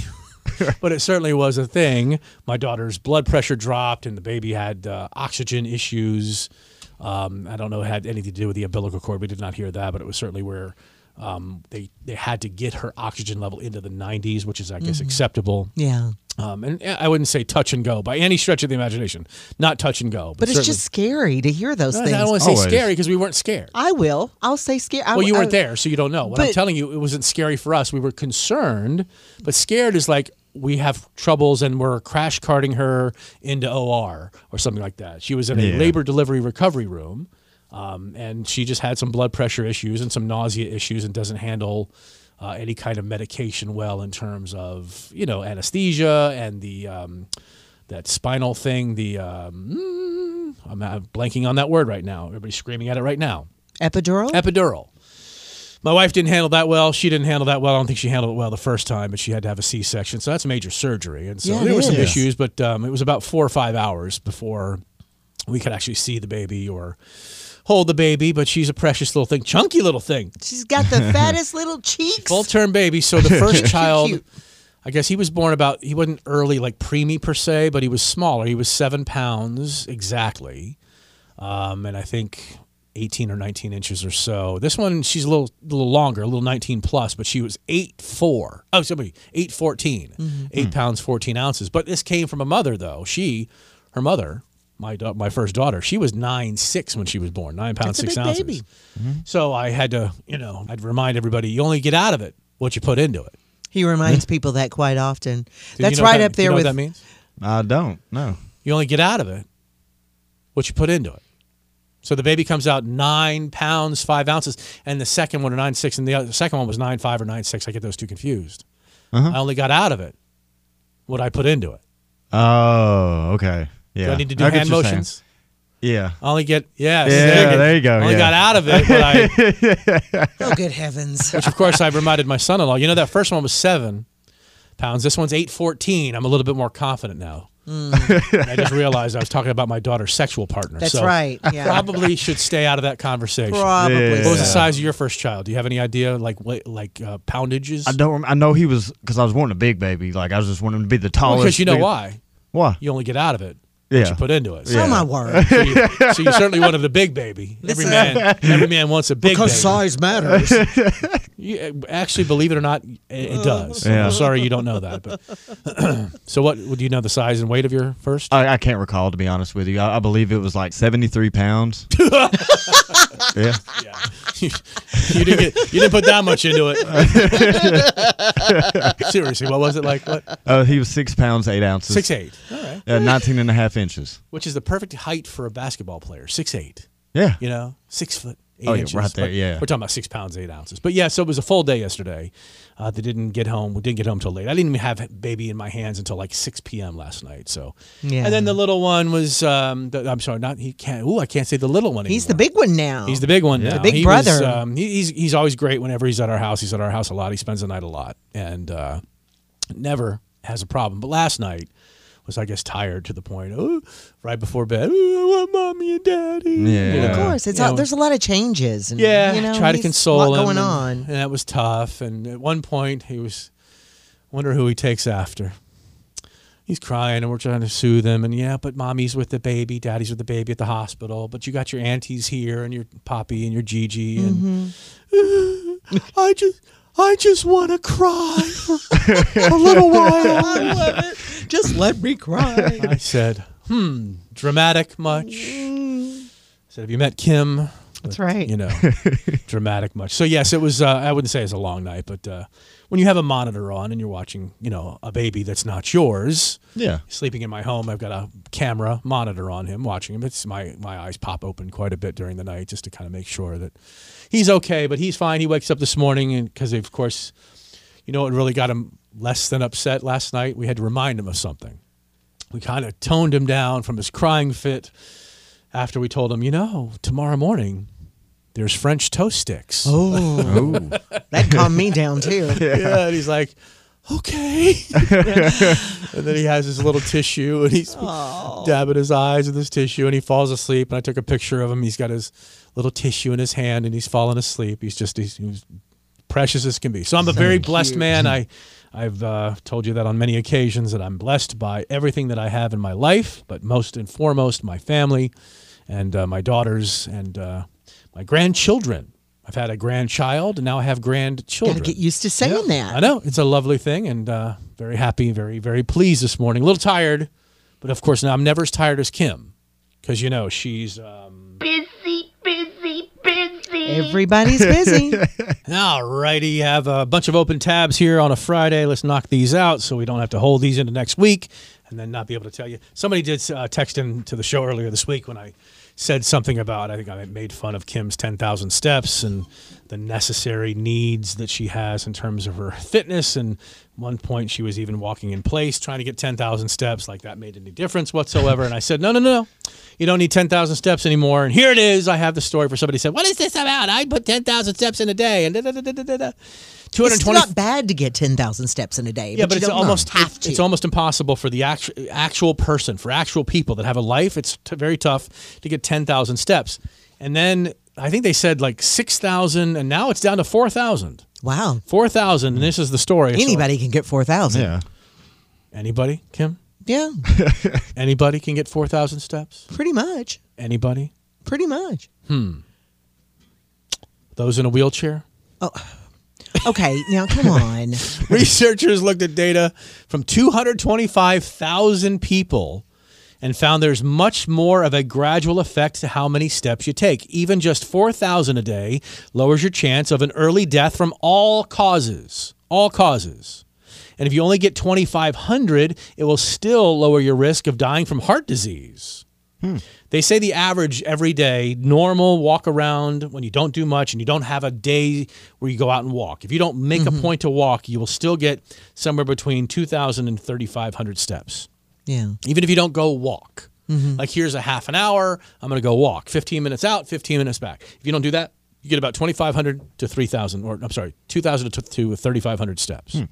Speaker 2: but it certainly was a thing. My daughter's blood pressure dropped, and the baby had uh, oxygen issues. Um, I don't know it had anything to do with the umbilical cord. We did not hear that, but it was certainly where um, they they had to get her oxygen level into the 90s, which is I guess
Speaker 9: Mhm.
Speaker 2: acceptable.
Speaker 9: Yeah.
Speaker 2: Um, and I wouldn't say touch and go by any stretch of the imagination. Not touch and go, but,
Speaker 9: But it's
Speaker 2: certainly-
Speaker 9: just scary to hear those
Speaker 2: No,
Speaker 9: things.
Speaker 2: I don't want to say scary because we weren't scared.
Speaker 9: I will. I'll say scary. I,
Speaker 2: well, you
Speaker 9: I-
Speaker 2: weren't there, so you don't know. What I'm
Speaker 9: But-
Speaker 2: telling you, it wasn't scary for us. We were concerned, but scared is like we have troubles and we're crash carting her into OR or something like that. She was in a
Speaker 14: Yeah.
Speaker 2: labor delivery recovery room, um, and she just had some blood pressure issues and some nausea issues and doesn't handle. Uh, any kind of medication well in terms of you know anesthesia and the um, that spinal thing the um, mm, I'm, I'm blanking on that word right now everybody's screaming at it right now
Speaker 9: Epidural?
Speaker 2: Epidural. My wife didn't handle that well. She didn't handle that well. I don't think she handled it well the first time, but she had to have a C-section, so that's major surgery. And so
Speaker 14: Yeah, it
Speaker 2: there were some
Speaker 14: is.
Speaker 2: issues, but um, it was about four or five hours before we could actually see the baby or hold the baby. But she's a precious little thing, chunky little thing,
Speaker 9: She's got the fattest little cheeks.
Speaker 2: full term baby. So the first child,
Speaker 9: Cute.
Speaker 2: I guess he was born about he wasn't early like preemie per se, but he was smaller. He was seven pounds exactly, um, and I think eighteen or nineteen inches or so. This one she's a little little longer, a little nineteen plus, but she was eight four. Oh, somebody eight fourteen,
Speaker 9: Mm-hmm.
Speaker 14: Mhm.
Speaker 2: eight pounds fourteen ounces. But this came from a mother though. She, her mother. My, da- my first daughter, she was nine six when she was born, nine
Speaker 14: That's
Speaker 2: pounds
Speaker 14: a
Speaker 2: six
Speaker 14: big
Speaker 2: ounces.
Speaker 14: baby.
Speaker 2: So I had to, you know, I'd remind everybody you only get out of it what you put into it.
Speaker 9: He reminds people that quite often.
Speaker 2: Do you
Speaker 9: That's
Speaker 2: know what
Speaker 9: right
Speaker 2: that-
Speaker 9: up there
Speaker 2: you know
Speaker 9: with.
Speaker 2: what that means.
Speaker 5: I don't. No.
Speaker 2: You only get out of it what you put into it. So the baby comes out nine pounds five ounces, and the second one or nine six, and the, other, the second one was nine five or nine six. I get those two confused.
Speaker 5: Uh-huh.
Speaker 2: I only got out of it what I put into it.
Speaker 5: Oh, okay. Yeah.
Speaker 2: Do I need to do
Speaker 5: get
Speaker 2: hand
Speaker 5: what you're
Speaker 2: motions?
Speaker 5: saying. Yeah.
Speaker 2: I only get yes.
Speaker 5: Yeah,
Speaker 2: it
Speaker 5: there
Speaker 2: is.
Speaker 5: you go,
Speaker 2: I only
Speaker 5: yeah.
Speaker 2: got out of it what I
Speaker 9: oh, good heavens.
Speaker 2: Which, of course, I reminded my son-in-law. You know, that first one was seven pounds. This one's eight fourteen. I'm a little bit more confident now. And I just realized I was talking about my daughter's sexual partner.
Speaker 9: Mm. That's
Speaker 2: so
Speaker 9: right, yeah.
Speaker 2: Probably should stay out of that conversation.
Speaker 9: Probably
Speaker 2: What was the
Speaker 5: so.
Speaker 2: size of your first child? Do you have any idea, like what, like uh, poundages?
Speaker 5: I don't. rem- I know he was because I was wanting a big baby. Like I was just wanting him to be the
Speaker 2: Well,
Speaker 5: tallest.
Speaker 2: you know
Speaker 5: big-
Speaker 2: why?
Speaker 5: Why?
Speaker 2: You only get out of it.
Speaker 5: Yeah.
Speaker 2: What you put into it.
Speaker 5: Oh, Yeah. my
Speaker 9: word.
Speaker 2: So you, so you certainly wanted a big baby. Every
Speaker 9: Listen.
Speaker 2: man, every man wants a big
Speaker 9: Because
Speaker 2: baby.
Speaker 9: size matters.
Speaker 2: You- actually, believe it or not, it, it does.
Speaker 9: Uh.
Speaker 5: Yeah.
Speaker 2: I'm sorry you don't know that. But so, what do you know the size and weight of your first?
Speaker 5: I, I can't recall to be honest with you. I, I believe it was like seventy three pounds. yeah.
Speaker 2: You didn't get, you didn't put that much into it. Seriously, what was it like? What?
Speaker 5: Uh, he was six pounds eight ounces.
Speaker 2: 6'8". All right.
Speaker 5: Uh, 19 and a half inches.
Speaker 2: Which is the perfect height for a basketball player, six eight.
Speaker 5: Yeah.
Speaker 2: you know, six foot eight
Speaker 5: Oh, yeah,
Speaker 2: inches.
Speaker 5: right there,
Speaker 2: But
Speaker 5: yeah.
Speaker 2: we're talking about six pounds eight ounces. But yeah, so it was a full day yesterday. Uh, they didn't get home. We didn't get home till late. I didn't even have baby in my hands until like six p.m. last night. So
Speaker 9: Yeah.
Speaker 2: And then the little one was. Um, the, I'm sorry, not he can't. Ooh, I can't say the little one.
Speaker 9: He's the big one now.
Speaker 2: He's the big one now.
Speaker 9: The big
Speaker 2: He was,
Speaker 9: brother.
Speaker 2: um, he- he's he's always great whenever he's at our house. He's at our house a lot. He spends the night a lot and uh, never has a problem. But last night was, I guess, tired to the point. Oh, right before bed. Oh, I want mommy and daddy.
Speaker 9: Well,
Speaker 2: Yeah,
Speaker 9: Of course, it's all, there's a lot of changes. And,
Speaker 2: yeah.
Speaker 9: you know,
Speaker 2: try to
Speaker 9: he's-
Speaker 2: console
Speaker 9: lot
Speaker 2: him.
Speaker 9: going
Speaker 2: and-
Speaker 9: on.
Speaker 2: and that was tough. And at one point, he was wonder who he takes after. He's crying, and we're trying to soothe him. And yeah, but mommy's with the baby, daddy's with the baby at the hospital. But you got your aunties here, and your poppy, and your Gigi, and
Speaker 9: Mm-hmm.
Speaker 2: I just I just want to cry for a little while.
Speaker 9: I love it. Just let me cry.
Speaker 2: I said, hmm, dramatic much. I said, have you met Kim? That's
Speaker 9: right.
Speaker 2: You know, dramatic much. So, yes, it was, uh, I wouldn't say it's a long night, but uh, when you have a monitor on and you're watching, you know, a baby that's not yours.
Speaker 5: Yeah.
Speaker 2: Sleeping in my home, I've got a camera monitor on him, watching him. It's my, my eyes pop open quite a bit during the night just to kind of make sure that he's okay, but he's fine. He wakes up this morning and because of course, you know, it really got him less than upset last night. We had to remind him of something. We kind of toned him down from his crying fit after we told him, you know, tomorrow morning there's French toast sticks.
Speaker 9: Oh. that calmed me down too.
Speaker 2: Yeah. and he's like, okay. and then he has his little tissue and he's dabbing his eyes with his tissue and he falls asleep. And I took a picture of him. He's got his little tissue in his hand and he's falling asleep. He's just, he's, he's precious as can be. So I'm a
Speaker 14: So
Speaker 2: very blessed
Speaker 14: cute.
Speaker 2: man. I, I've uh, told you that on many occasions that I'm blessed by everything that I have in my life, but most and foremost, my family and uh, my daughters and uh, my grandchildren. I've had a grandchild, and now I have grandchildren.
Speaker 9: Gotta get used to saying that.
Speaker 2: I know it's a lovely thing, and uh, very happy, very very pleased this morning. A little tired, but of course now I'm never as tired as Kim, because you know she's um,
Speaker 4: Busy, busy, busy.
Speaker 2: All righty, have a bunch of open tabs here on a Friday. Let's knock these out so we don't have to hold these into next week and then not be able to tell you. Somebody did uh, text in to the show earlier this week when I said something about I think I made fun of Kim's ten thousand steps and the necessary needs that she has in terms of her fitness. And one point she was even walking in place trying to get ten thousand steps. Like that made any difference whatsoever? And I said, no, no, no, no. you don't need ten thousand steps anymore. And here it is. I have the story for somebody who said, what is this about? I put ten thousand steps in a day and da da da da da da. Two hundred
Speaker 9: It's
Speaker 2: twenty.
Speaker 9: not bad to get 10,000 steps in a day.
Speaker 2: Yeah, but,
Speaker 9: you
Speaker 2: it's
Speaker 9: don't
Speaker 2: almost
Speaker 9: have to.
Speaker 2: it's almost impossible for the actual actual person, for actual people that have a life. It's t- very tough to get ten thousand steps, and then I think they said like six thousand, and now it's down to four thousand.
Speaker 9: Wow,
Speaker 2: four thousand, and this is the story.
Speaker 9: Anybody can get 4,000.
Speaker 2: Yeah. Anybody, Kim?
Speaker 9: Yeah,
Speaker 2: Anybody can get four thousand steps.
Speaker 9: pretty much.
Speaker 2: Anybody?
Speaker 9: Pretty much.
Speaker 2: Hmm. Those in a wheelchair.
Speaker 9: Okay, now come on.
Speaker 2: Researchers looked at data from 225,000 people and found there's much more of a gradual effect to how many steps you take. Even just 4,000 a day lowers your chance of an early death from all causes. All causes. And if you only get 2,500, it will still lower your risk of dying from heart disease. They say the average every day, normal walk around when you don't do much and you don't have a day where you go out and walk. If you don't make a point to walk, you will still get somewhere between 2,000 and 3,500 steps.
Speaker 9: Yeah.
Speaker 2: Even if you don't go walk.
Speaker 9: Mhm.
Speaker 2: Like here's a half an hour, I'm going to go walk. 15 minutes out, 15 minutes back. If you don't do that, you get about 2,500 to 3,000, or I'm sorry, 2,000 to, to 3,500 steps.
Speaker 9: Hmm.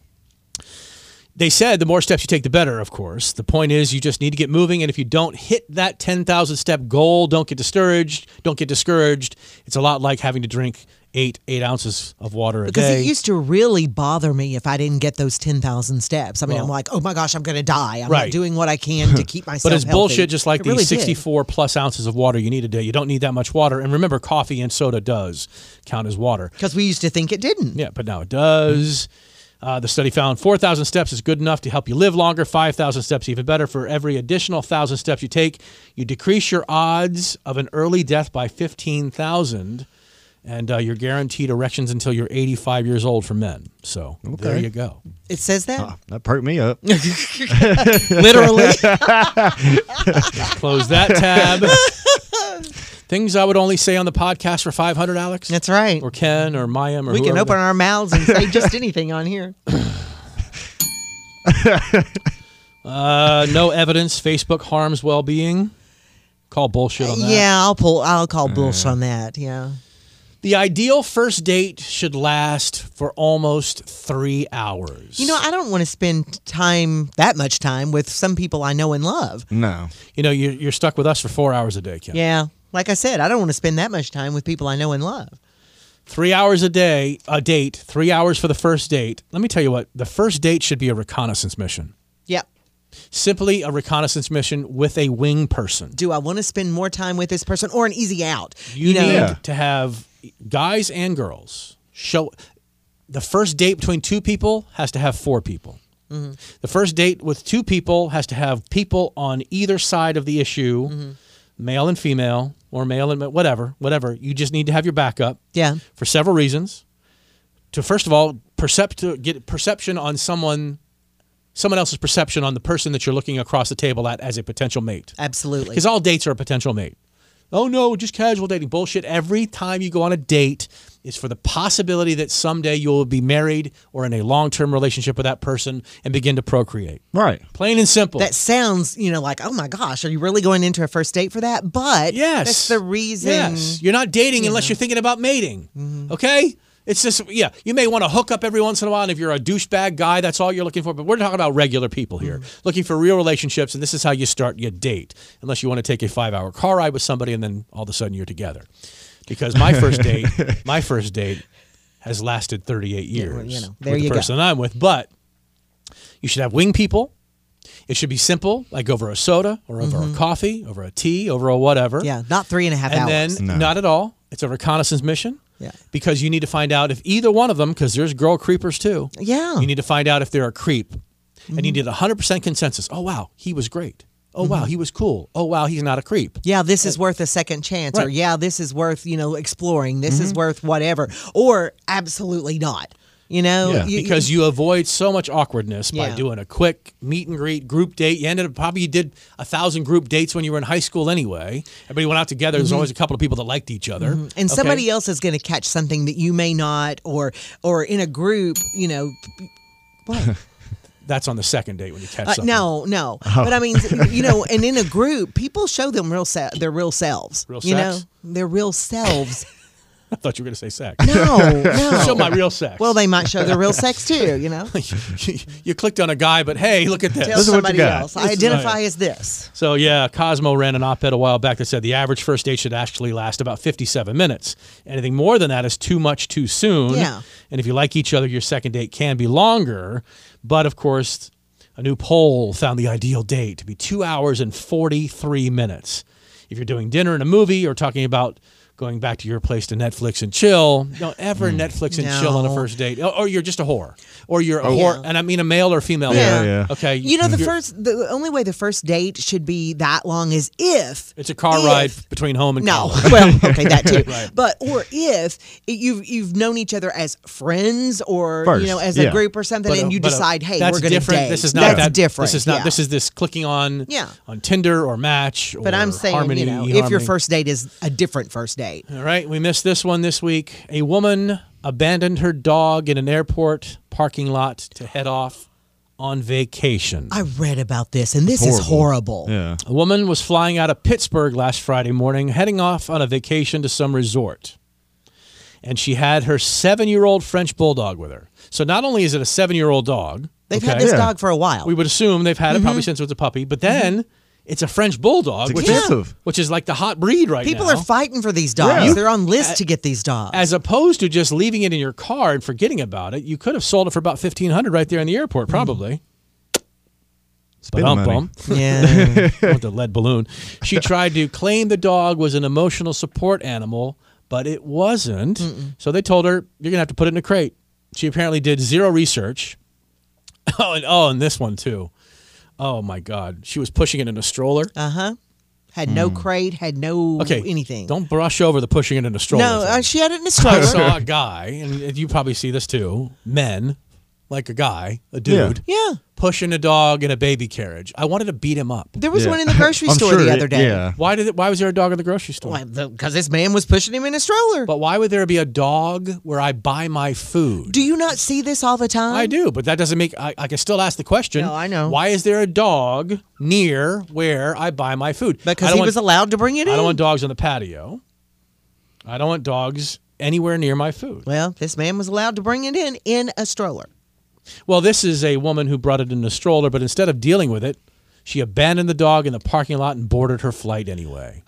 Speaker 2: They said the more steps you take, the better, of course. The point is you just need to get moving. And if you don't hit that 10,000 step goal, don't get discouraged. Don't get discouraged. It's a lot like having to drink eight, eight ounces of water a
Speaker 9: Because
Speaker 2: day.
Speaker 9: it used to really bother me if I didn't get those 10,000 steps. I mean, I'm
Speaker 2: Well-
Speaker 9: like, oh my gosh, I'm going to die. I'm
Speaker 2: Right.
Speaker 9: not doing what I can to keep myself
Speaker 2: But it's
Speaker 9: healthy.
Speaker 2: bullshit, just like
Speaker 9: It
Speaker 2: the
Speaker 9: really did.
Speaker 2: 64 plus ounces of water you need a day. You don't need that much water. And remember, coffee and soda does count as water.
Speaker 9: Because we used to think it didn't.
Speaker 2: Yeah, but now it does. Uh, the study found 4,000 steps is good enough to help you live longer, 5,000 steps even better. For every additional 1,000 steps you take, you decrease your odds of an early death by 15,000, and uh, you're guaranteed erections until you're 85 years old for men. So there
Speaker 5: Okay.
Speaker 2: you go.
Speaker 9: It says that?
Speaker 5: That perked me up.
Speaker 2: Literally. Close that tab. Things I would only say on the podcast for 500, Alex. That's
Speaker 9: right.
Speaker 2: Or Ken or Mayim or
Speaker 9: we can
Speaker 2: whoever
Speaker 9: open
Speaker 2: the-
Speaker 9: our mouths and say just anything on here.
Speaker 2: Uh, no evidence. Facebook harms well-being. Call bullshit on that.
Speaker 9: Yeah, I'll pull. I'll call bullshit on that. Yeah.
Speaker 2: The ideal first date should last for almost three hours.
Speaker 9: You know, I don't want to spend time that much time with some people I know and love.
Speaker 2: No. You know, you're, you're stuck with us for four hours a day, Kim.
Speaker 9: Yeah. Like I said, I don't want to spend that much time with people I know and love.
Speaker 2: Three hours a day, a date, three hours for the first date. Let me tell you what, the first date should be a reconnaissance mission.
Speaker 9: Yep.
Speaker 2: Simply a reconnaissance mission with a wing person.
Speaker 9: Do I want to spend more time with this person or an easy out?
Speaker 2: You, need to have guys and girls show the first date between two people has to have four people.
Speaker 9: Mhm.
Speaker 2: The first date with two people has to have people on either side of the issue, male and female, or male and ma- whatever, whatever. You just need to have your backup.
Speaker 9: Yeah.
Speaker 2: For several reasons. To first of all, percept get perception on someone, someone else's perception on the person that you're looking across the table at as a potential mate.
Speaker 9: Absolutely.
Speaker 2: Because all dates are a potential mate. Oh no, just casual dating bullshit. Every time you go on a date is for the possibility that someday you will be married or in a long-term relationship with that person and begin to procreate.
Speaker 5: Right.
Speaker 2: Plain and simple.
Speaker 9: That sounds, you know, like, oh my gosh, are you really going into a first date for that? But yes. that's the reason.
Speaker 2: Yes. You're not dating
Speaker 9: You Mm-hmm.
Speaker 2: unless you're thinking about mating. Okay? It's just yeah, you may want to hook up every once in a while and if you're a douchebag guy, that's all you're looking for, but we're talking about regular people here,
Speaker 9: Mm-hmm.
Speaker 2: looking for real relationships and this is how you start your date. Unless you want to take a 5-hour car ride with somebody and then all of a sudden you're together. Because my first date, my first date has lasted 38 years
Speaker 9: you know, there
Speaker 2: with
Speaker 9: you
Speaker 2: the
Speaker 9: go.
Speaker 2: person I'm with, but You should have wing people. It should be simple, like over a soda or over a
Speaker 9: Mhm.
Speaker 2: coffee, over a tea, over a whatever.
Speaker 9: Yeah, not three and a half
Speaker 2: and
Speaker 9: hours.
Speaker 2: then not at all. It's a reconnaissance mission.
Speaker 9: Yeah.
Speaker 2: Because you need to find out if either one of them, because there's girl creepers too.
Speaker 9: Yeah.
Speaker 2: You need to find out if they're a creep. And you
Speaker 9: Mhm.
Speaker 2: need 100% consensus. Oh, wow, he was great. Oh, wow,
Speaker 9: Mhm.
Speaker 2: he was cool. Oh, wow, he's not a creep.
Speaker 9: Yeah, this is worth a second chance, or
Speaker 2: Right.
Speaker 9: yeah, this is worth you know exploring. This is
Speaker 2: Mhm.
Speaker 9: worth whatever, or absolutely not. You know,
Speaker 2: Yeah,
Speaker 9: You- you-
Speaker 2: because you avoid so much awkwardness by
Speaker 9: Yeah.
Speaker 2: doing a quick meet and greet group date. You ended up probably you did a thousand group dates when you were in high school anyway. Everybody went out together. There's
Speaker 9: Mhm.
Speaker 2: always a couple of people that liked each other.
Speaker 9: Mhm. and
Speaker 2: Okay?
Speaker 9: somebody else is going to catch something that you may not, or or in a group, you know.
Speaker 2: That's on the second date when you catch
Speaker 9: Uh,
Speaker 2: something.
Speaker 9: no, no,
Speaker 2: Oh.
Speaker 9: but I mean, you know, and in a group, people show them real se- their real selves.
Speaker 2: Real
Speaker 9: you
Speaker 2: sex?
Speaker 9: know, their real selves.
Speaker 2: I thought you were going to say sex.
Speaker 9: No, no.
Speaker 2: Show my real sex.
Speaker 9: Well, they might show their real sex too. You know,
Speaker 2: you clicked on a guy, but hey, look at this.
Speaker 9: tell somebody else. I
Speaker 2: This is what
Speaker 9: identify as this.
Speaker 2: So yeah, Cosmo ran an op-ed a while back that said the average first date should actually last about 57 minutes. Anything more than that is too much too soon.
Speaker 9: Yeah.
Speaker 2: And if you like each other, your second date can be longer. But of course, a new poll found the ideal date to be two hours and 43 minutes. If you're doing dinner and a movie or talking about going back to your place to Netflix and chill, don't ever
Speaker 9: Hmm.
Speaker 2: Netflix and chill on a
Speaker 9: No.
Speaker 2: first date. Or or you're just a whore. Or you're a
Speaker 9: Oh.
Speaker 2: whore, and I mean a male or female.
Speaker 9: Yeah.
Speaker 2: whore.
Speaker 9: Yeah.
Speaker 2: Okay.
Speaker 9: You know, the
Speaker 2: You're-
Speaker 9: first, the only way the first date should be that long is if
Speaker 2: It's a car
Speaker 9: if-
Speaker 2: ride between home and
Speaker 9: No,
Speaker 2: college.
Speaker 9: well, okay, that too.
Speaker 2: Right.
Speaker 9: But or if you've you've known each other as friends or
Speaker 2: First,
Speaker 9: you know as
Speaker 2: yeah.
Speaker 9: a group or something,
Speaker 2: But, uh,
Speaker 9: and you
Speaker 2: but, uh,
Speaker 9: decide, hey,
Speaker 2: that's
Speaker 9: we're going to
Speaker 2: different.
Speaker 9: date.
Speaker 2: This is not
Speaker 9: that's
Speaker 2: that,
Speaker 9: different.
Speaker 2: This is not.
Speaker 9: yeah.
Speaker 2: This is this clicking on
Speaker 9: Yeah.
Speaker 2: on Tinder or Match.
Speaker 9: But
Speaker 2: or
Speaker 9: I'm saying,
Speaker 2: Harmony,
Speaker 9: you know, if your
Speaker 2: Harmony.
Speaker 9: first date is a different first date,
Speaker 2: All right, we missed this one this week. A woman abandoned her dog in an airport parking lot to head off on vacation.
Speaker 9: I read about this, and this is horrible.
Speaker 2: Yeah. A woman was flying out of Pittsburgh last Friday morning, heading off on a vacation to some resort. And she had her seven year old French bulldog with her. So not only is it a seven year old dog,
Speaker 9: They've had this Yeah. dog for a while.
Speaker 2: We would assume they've had it probably since it was a puppy, but then it's a French bulldog,
Speaker 9: Mm-hmm. It's
Speaker 2: which is,
Speaker 9: expensive.
Speaker 2: which is like the hot breed right
Speaker 9: People
Speaker 2: now.
Speaker 9: are fighting for these dogs.
Speaker 2: You-
Speaker 9: They're on lists to get these dogs.
Speaker 2: As opposed to just leaving it in your car and forgetting about it, you could have sold it for about fifteen hundred right there in the
Speaker 9: Mm.
Speaker 2: airport, probably.
Speaker 5: Spend
Speaker 2: Ba-dum
Speaker 5: money.
Speaker 2: bum.
Speaker 5: Yeah.
Speaker 2: with the lead balloon. She tried to claim the dog was an emotional support animal, but it wasn't. So they told her you're gonna have to put it in a crate. She apparently did zero research. Oh, and oh, and this one too. Oh my God, she was pushing it in a stroller.
Speaker 9: Uh huh. Had no crate. Had no
Speaker 2: Hmm. Okay,
Speaker 9: anything.
Speaker 2: Don't brush over the pushing it in a stroller.
Speaker 9: No,
Speaker 2: thing.
Speaker 9: uh, she had it in a
Speaker 2: I
Speaker 9: stroller.
Speaker 2: saw a guy, and you probably see this too. Men, like a guy, a dude,
Speaker 9: Yeah.
Speaker 2: pushing a dog in a baby carriage. I wanted to beat him up.
Speaker 9: There was Yeah. one in the grocery I'm store sure the it- other day. yeah.
Speaker 2: Why did? It, why was there a dog in the grocery store?
Speaker 9: Because this man was pushing him in a stroller.
Speaker 2: But why would there be a dog where I buy my food?
Speaker 9: Do you not see this all the time?
Speaker 2: I do, but that doesn't make. I, I can still ask the question.
Speaker 9: No, I know.
Speaker 2: Why is there a dog near where I buy my food?
Speaker 9: Because he was allowed to bring it
Speaker 2: I
Speaker 9: in.
Speaker 2: don't want dogs on the patio. I don't want dogs anywhere near my food.
Speaker 9: Well, this man was allowed to bring it in in a stroller.
Speaker 2: Well, this is a woman who brought it in a stroller, but instead of dealing with it, she abandoned the dog in the parking lot and boarded her flight anyway.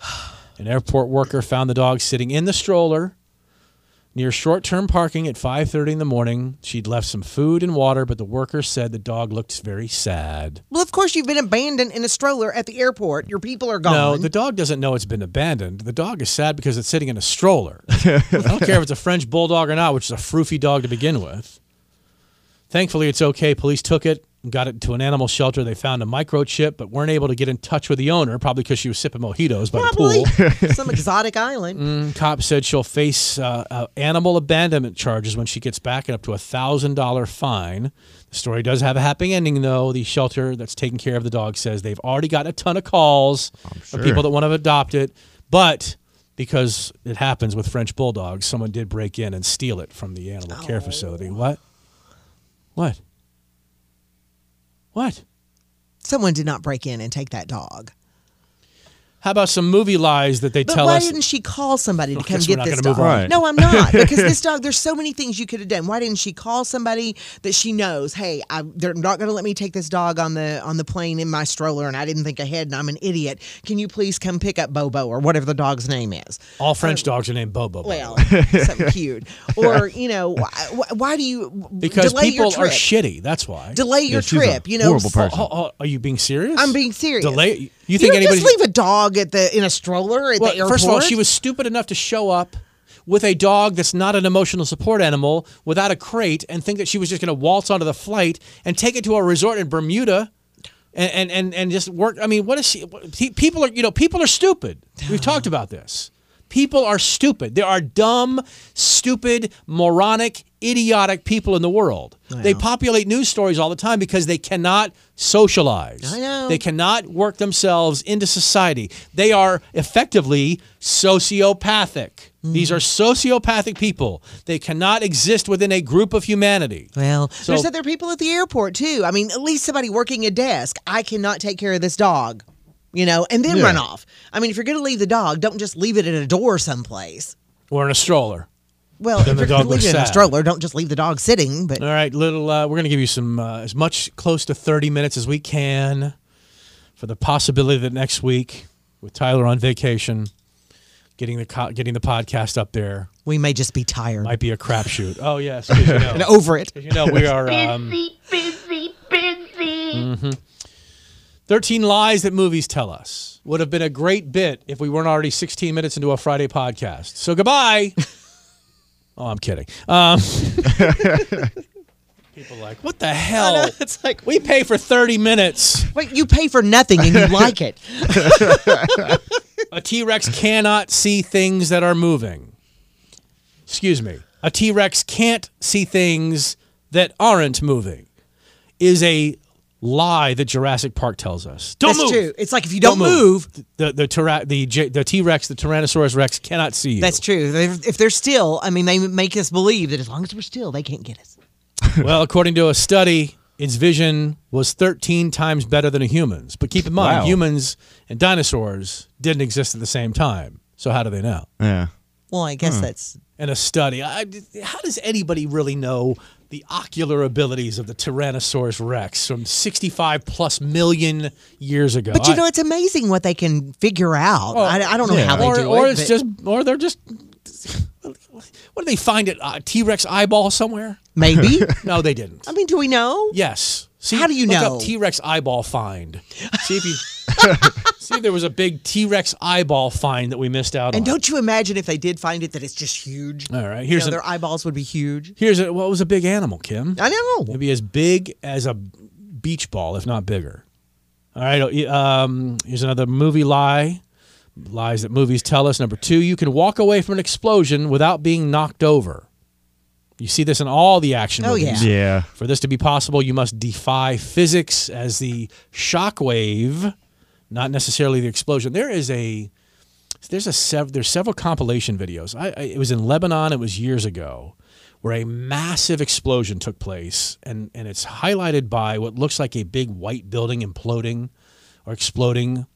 Speaker 2: An airport worker found the dog sitting in the stroller near short-term parking at 5:30 in the morning. She'd left some food and water, but the worker said the dog looked very sad.
Speaker 9: Well, of course, you've been abandoned in a stroller at the airport. Your people are gone.
Speaker 2: No, the dog doesn't know it's been abandoned. The dog is sad because it's sitting in a stroller. I don't care if it's a French bulldog or not, which is a froofy dog to begin with. Thankfully, it's okay. Police took it and got it to an animal shelter. They found a microchip, but weren't able to get in touch with the owner, probably because she was sipping mojitos by
Speaker 9: Probably.
Speaker 2: the pool.
Speaker 9: Some exotic island.
Speaker 2: Mm, cop said she'll face uh, uh, animal abandonment charges when she gets back and up to a thousand dollar fine. The story does have a happy ending, though. The shelter that's taking care of the dog says they've already gotten a ton of calls
Speaker 5: sure.
Speaker 2: of people that want to adopt it, but because it happens with French bulldogs, someone did break in and steal it from the animal care
Speaker 9: Oh.
Speaker 2: facility. What? What? What?
Speaker 9: Someone did not break in and take that dog.
Speaker 2: How about some movie lies that they
Speaker 9: But
Speaker 2: tell
Speaker 9: why
Speaker 2: us?
Speaker 9: didn't she call somebody to
Speaker 2: I
Speaker 9: come
Speaker 2: guess
Speaker 9: get
Speaker 2: we're not
Speaker 9: this
Speaker 2: gonna
Speaker 9: dog?
Speaker 2: move on. Right.
Speaker 9: No, I'm not because this dog. There's so many things you could have done. Why didn't she call somebody that she knows? Hey, I, they're not going to let me take this dog on the on the plane in my stroller, and I didn't think ahead, and I'm an idiot. Can you please come pick up Bobo or whatever the dog's name is?
Speaker 2: All French dogs are named Bobo. by the way.
Speaker 9: Well, something cute, or you know, why, why- why do you
Speaker 2: because
Speaker 9: delay your
Speaker 2: people are
Speaker 9: trip?
Speaker 2: shitty. That's why.
Speaker 9: Delay your Yeah, she's a trip, you know, horrible
Speaker 2: Oh,
Speaker 9: person.
Speaker 2: oh, oh, are you being serious?
Speaker 9: I'm being serious.
Speaker 2: Delay. You
Speaker 9: You
Speaker 2: think
Speaker 9: don't
Speaker 2: anybody?
Speaker 9: just leave a dog at the in a stroller at the
Speaker 2: Well,
Speaker 9: airport?
Speaker 2: first of all, she was stupid enough to show up with a dog that's not an emotional support animal without a crate and think that she was just going to waltz onto the flight and take it to a resort in Bermuda. And, and, and, and just work. I mean, what is she? what- pe- People are, you know, people are stupid. We've talked about this. People are stupid. There are dumb, stupid, moronic, idiotic people in the world. They populate news stories all the time because they cannot socialize.
Speaker 9: I know.
Speaker 2: They cannot work themselves into society. They are effectively sociopathic. These are sociopathic people. They cannot exist within a group of humanity.
Speaker 9: Well,
Speaker 2: so
Speaker 9: There's other people at the airport too. I mean, at least somebody working a desk. I cannot take care of this dog, you know, and then
Speaker 2: Yeah.
Speaker 9: run off. I mean, if you're going to leave the dog, don't just leave it at a door someplace.
Speaker 2: we're in a stroller.
Speaker 9: Well,
Speaker 2: Then
Speaker 9: if
Speaker 2: the
Speaker 9: you're
Speaker 2: dog
Speaker 9: gonna leave
Speaker 2: looks
Speaker 9: it in a
Speaker 2: sad.
Speaker 9: stroller, don't just leave the dog sitting. But
Speaker 2: All right, little. Uh, we're going to give you some uh, as much close to 30 minutes as we can for the possibility that next week, with Tyler on vacation, getting the co- getting the podcast up there
Speaker 9: we may just be tired.
Speaker 2: might be a crapshoot. Oh yes, 'cause you know,
Speaker 9: And over it.
Speaker 2: 'cause You know we are. Um,
Speaker 4: busy, busy, busy.
Speaker 2: mhm. 13 lies that movies tell us would have been a great bit if we weren't already 16 minutes into a Friday podcast. So goodbye. oh, I'm kidding. Um, people are like, what the hell?
Speaker 9: I know, it's like
Speaker 2: we pay for 30 minutes.
Speaker 9: Wait, you pay for nothing and you like it.
Speaker 2: A T Rex cannot see things that are moving. Excuse me. A T Rex can't see things that aren't moving is a lie that Jurassic Park tells us. Don't
Speaker 9: That's
Speaker 2: move.
Speaker 9: true. It's like if you don't, move,
Speaker 2: the the tira- the J- the T Rex, the Tyrannosaurus Rex cannot see you.
Speaker 9: that's true. They're- If they're still, I mean, they make us believe that as long as we're still, they can't get us.
Speaker 2: well, according to a study, its vision was 13 times better than a human's. But keep in mind,
Speaker 5: Wow.
Speaker 2: humans and dinosaurs didn't exist at the same time. So how do they know?
Speaker 5: Yeah.
Speaker 9: Well, I guess
Speaker 2: Hmm.
Speaker 9: that's
Speaker 2: In a study, I, how does anybody really know the ocular abilities of the Tyrannosaurus Rex from 65 plus million years ago?
Speaker 9: But you
Speaker 2: I-
Speaker 9: know, it's amazing what they can figure out. I, I don't know
Speaker 2: Yeah.
Speaker 9: how they
Speaker 2: or,
Speaker 9: do
Speaker 2: or
Speaker 9: it.
Speaker 2: it's
Speaker 9: but-
Speaker 2: just, or they're just. What do they find it? A T Rex eyeball somewhere?
Speaker 9: Maybe.
Speaker 2: no, they didn't.
Speaker 9: I mean, do we know?
Speaker 2: Yes.
Speaker 9: How do you
Speaker 2: look
Speaker 9: know?
Speaker 2: Up T Rex eyeball find. See if you. see if there was a big T Rex eyeball find that we missed out
Speaker 9: And
Speaker 2: on.
Speaker 9: don't you imagine if they did find it that it's just huge?
Speaker 2: All right.
Speaker 9: You
Speaker 2: Here's
Speaker 9: know,
Speaker 2: an-
Speaker 9: their eyeballs would be huge.
Speaker 2: Here's a, well, it was a big animal, Kim.
Speaker 9: I know.
Speaker 2: Maybe as big as a beach ball, if not bigger. All right. Um, here's another movie lie. Lies that movies tell us. Number two, you can walk away from an explosion without being knocked over. You see this in all the action
Speaker 5: Oh,
Speaker 2: movies.
Speaker 5: yeah. Yeah.
Speaker 2: For this to be possible, you must defy physics as the shockwave, not necessarily the explosion. There is a there's a sev- there's several compilation videos. I, I it was in Lebanon. It was years ago, where a massive explosion took place, and and it's highlighted by what looks like a big white building imploding or exploding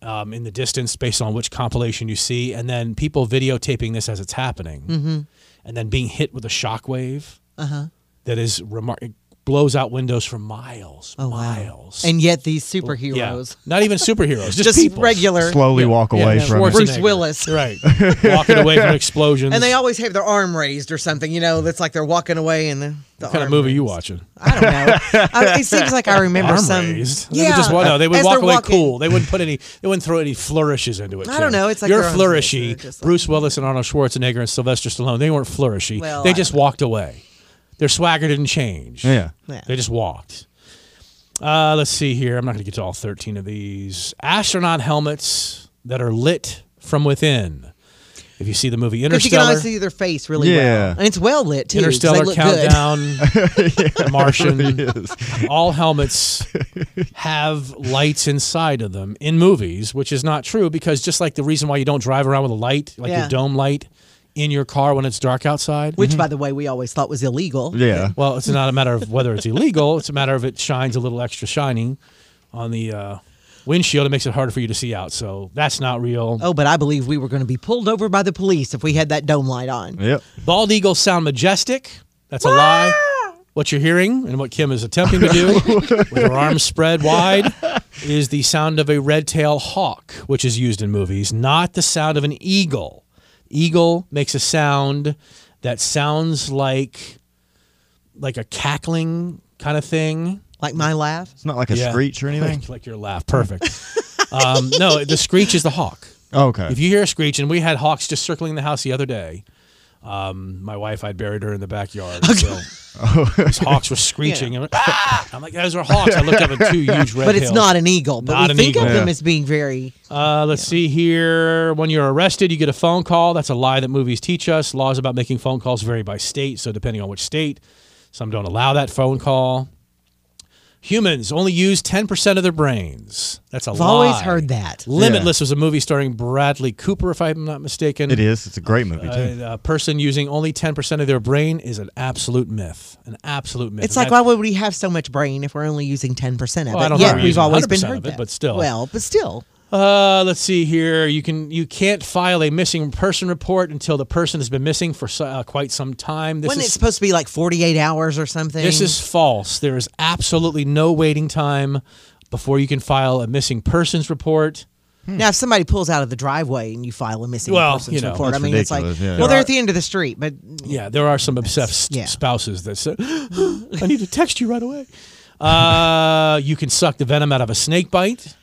Speaker 2: um, in the distance, based on which compilation you see, and then people videotaping this as it's happening,
Speaker 9: Mm-hmm.
Speaker 2: and then being hit with a shockwave
Speaker 9: Uh huh.
Speaker 2: that is remar- it blows out windows for miles,
Speaker 9: Oh,
Speaker 2: miles.
Speaker 9: wow. And yet these
Speaker 2: Oh, Yeah.
Speaker 9: superheroes.
Speaker 2: Not even superheroes, just,
Speaker 9: Just
Speaker 2: people.
Speaker 9: regular- Slowly
Speaker 5: walk away
Speaker 2: yeah,
Speaker 5: from it.
Speaker 9: Bruce
Speaker 2: Schwarzenegger.
Speaker 9: Willis.
Speaker 2: Right. Walking away from explosions.
Speaker 9: And they always have their arm raised or something, you know, that's like they're walking away and the, the
Speaker 2: What kind of
Speaker 9: arm
Speaker 2: movie
Speaker 9: raised.
Speaker 2: you watching?
Speaker 9: I don't know. I, it seems like I remember
Speaker 2: Arm
Speaker 9: some.
Speaker 2: raised? They
Speaker 9: Yeah.
Speaker 2: would just, wa- no, they would
Speaker 9: as
Speaker 2: walk
Speaker 9: they're
Speaker 2: away
Speaker 9: walking-
Speaker 2: cool. They wouldn't put any. They wouldn't throw any flourishes into it.
Speaker 9: I don't
Speaker 2: Kim.
Speaker 9: know. It's like
Speaker 2: you're
Speaker 9: their arms raised.
Speaker 2: flourishy. Bruce Willis and Arnold Schwarzenegger and Sylvester Stallone. They weren't flourishy.
Speaker 9: Well,
Speaker 2: they
Speaker 9: I
Speaker 2: just walked away. Their swagger didn't change.
Speaker 5: Yeah.
Speaker 9: Yeah.
Speaker 2: They just walked. Uh, let's see here. I'm not going to get to all 13 of these astronaut helmets that are lit from within. If you see the movie
Speaker 9: Because you can
Speaker 2: Interstellar,
Speaker 9: always see their face really
Speaker 2: Yeah.
Speaker 9: well. And it's well lit, too. 'cause they
Speaker 2: Interstellar
Speaker 9: look good.
Speaker 2: Countdown, Martian. All helmets have lights inside of them in movies, which is not true because just like the reason why you don't drive around with a light, like
Speaker 9: Yeah.
Speaker 2: your dome light, in your car when it's dark outside.
Speaker 9: Which, by the way, we always thought was illegal.
Speaker 2: Well, it's not a matter of whether it's illegal. It's a matter of it shines a little extra shiny on the uh, windshield. It makes it harder for you to see out. So that's not real.
Speaker 9: Oh, but I believe we were going to be pulled over by the police if we had that dome light on.
Speaker 5: Yep.
Speaker 2: Bald eagles sound majestic. That's a lie. What you're hearing and what Kim is attempting to do with her arms spread wide is the sound of a red tail hawk, which is used in movies, not the sound of an eagle. Eagle makes a sound that sounds like like a cackling kind of thing.
Speaker 9: Like my laugh?
Speaker 5: It's not like a screech or anything?
Speaker 2: Like, like your laugh. Perfect. um, no, the screech is the hawk.
Speaker 5: Oh, okay.
Speaker 2: If you hear a screech, and we had hawks just circling the house the other day. Um, my wife, I buried her in the backyard. So these hawks were screeching. And, "Ah!" I'm like, those are hawks. I looked up at two huge red
Speaker 9: But it's
Speaker 2: tails.
Speaker 9: not an eagle. But
Speaker 2: Not
Speaker 9: we
Speaker 2: an
Speaker 9: think
Speaker 2: eagle.
Speaker 9: of them
Speaker 2: Yeah.
Speaker 9: as being very.
Speaker 2: Uh, let's see here. When you're arrested, you get a phone call. That's a lie that movies teach us. Laws about making phone calls vary by state, so depending on which state, some don't allow that phone call. Humans only use 10% of their brains. That's a
Speaker 9: I've
Speaker 2: lie.
Speaker 9: always heard that.
Speaker 2: Limitless was a movie starring Bradley Cooper, if I'm not mistaken.
Speaker 5: It is. It's a great movie, too.
Speaker 2: Uh, a person using only 10% of their brain is an absolute myth. An absolute myth.
Speaker 9: It's
Speaker 2: And
Speaker 9: like,
Speaker 2: I-
Speaker 9: why would we have so much brain if we're only using 10% of
Speaker 2: Well, I
Speaker 9: it?
Speaker 2: don't
Speaker 9: Yet
Speaker 2: think we're
Speaker 9: we've
Speaker 2: using
Speaker 9: always been
Speaker 2: 100%
Speaker 9: heard
Speaker 2: of it,
Speaker 9: that.
Speaker 2: but still.
Speaker 9: Well, but still.
Speaker 2: Uh, let's see here. You can you can't file a missing person report until the person has been missing for so, uh, quite some time. This
Speaker 9: Wasn't
Speaker 2: is
Speaker 9: it supposed to be like 48 hours or something?
Speaker 2: this is false. There is absolutely no waiting time before you can file a missing persons report.
Speaker 9: Now, if somebody pulls out of the driveway and you file a missing
Speaker 2: Hmm. Well,
Speaker 9: persons
Speaker 2: you know.
Speaker 9: report, I
Speaker 2: That's
Speaker 9: mean, it's like,
Speaker 2: ridiculous,
Speaker 9: well,
Speaker 2: yeah. There
Speaker 9: they're
Speaker 2: are-
Speaker 9: at the end of the street, but
Speaker 2: Yeah, there are some obsessed
Speaker 9: Yeah.
Speaker 2: spouses that say, "I need to text you right away." Uh, you can suck the venom out of a snake bite.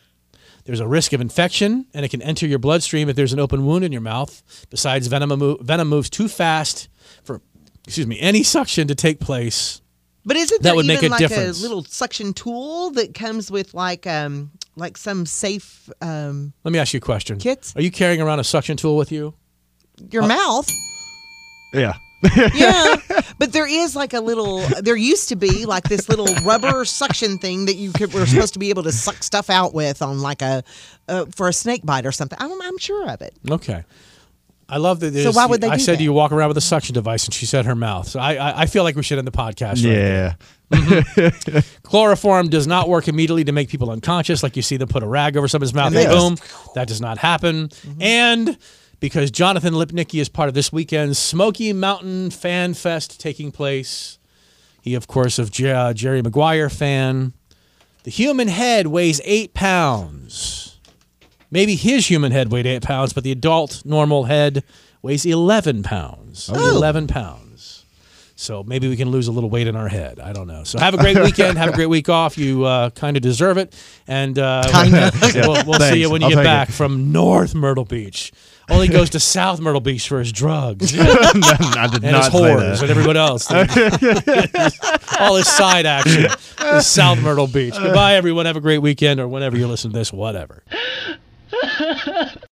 Speaker 2: There's a risk of infection, and it can enter your bloodstream if there's an open wound in your mouth. Besides, venom mo- venom moves too fast for excuse me any suction to take place.
Speaker 9: but isn't
Speaker 2: that
Speaker 9: there
Speaker 2: would make
Speaker 9: even
Speaker 2: a
Speaker 9: like
Speaker 2: difference?
Speaker 9: a little suction tool that comes with like um like some safe um
Speaker 2: Let me ask you a question.
Speaker 9: Kits?
Speaker 2: are you carrying around a suction tool with you?
Speaker 9: your
Speaker 2: Uh,
Speaker 9: mouth?
Speaker 5: Yeah.
Speaker 9: Yeah, but there is like a little. There used to be like this little rubber suction thing that you could were supposed to be able to suck stuff out with on like a uh, for a snake bite or something. I'm, I'm sure of it.
Speaker 2: Okay. I love
Speaker 9: So
Speaker 2: that. there's-
Speaker 9: why would they
Speaker 2: I
Speaker 9: do
Speaker 2: said,
Speaker 9: that?
Speaker 2: "Do you walk around with a suction device?" And she said, "Her mouth." So I, I, I feel like we should end the podcast. Right there.
Speaker 5: Yeah.
Speaker 2: Chloroform does not work immediately to make people unconscious, like you see them put a rag over someone's mouth
Speaker 5: And
Speaker 2: and
Speaker 5: they
Speaker 2: boom. That does not happen. And because Jonathan Lipnicki is part of this weekend's Smoky Mountain Fan Fest taking place, he, of course, of Jer- uh, Jerry Maguire fan. The human head weighs eight pounds. Maybe his human head weighed eight pounds, but the adult normal head weighs 11
Speaker 5: Oh.
Speaker 2: pounds. 11 pounds. So maybe we can lose a little weight in our head. I don't know. So have a great weekend. have a great week off. You uh, kind of deserve it. And uh,
Speaker 5: Kinda.
Speaker 2: we'll, we'll see you
Speaker 5: Thanks.
Speaker 2: when you
Speaker 5: I'll
Speaker 2: get
Speaker 5: take
Speaker 2: back
Speaker 5: it.
Speaker 2: from North Myrtle Beach. Only goes to South Myrtle Beach for his drugs.
Speaker 5: No, I did
Speaker 2: and
Speaker 5: not
Speaker 2: his
Speaker 5: say
Speaker 2: whores
Speaker 5: that.
Speaker 2: and everyone else. All his side action is South Myrtle Beach. Goodbye, everyone. Have a great weekend or whenever you listen to this, whatever.
Speaker 10: Bye.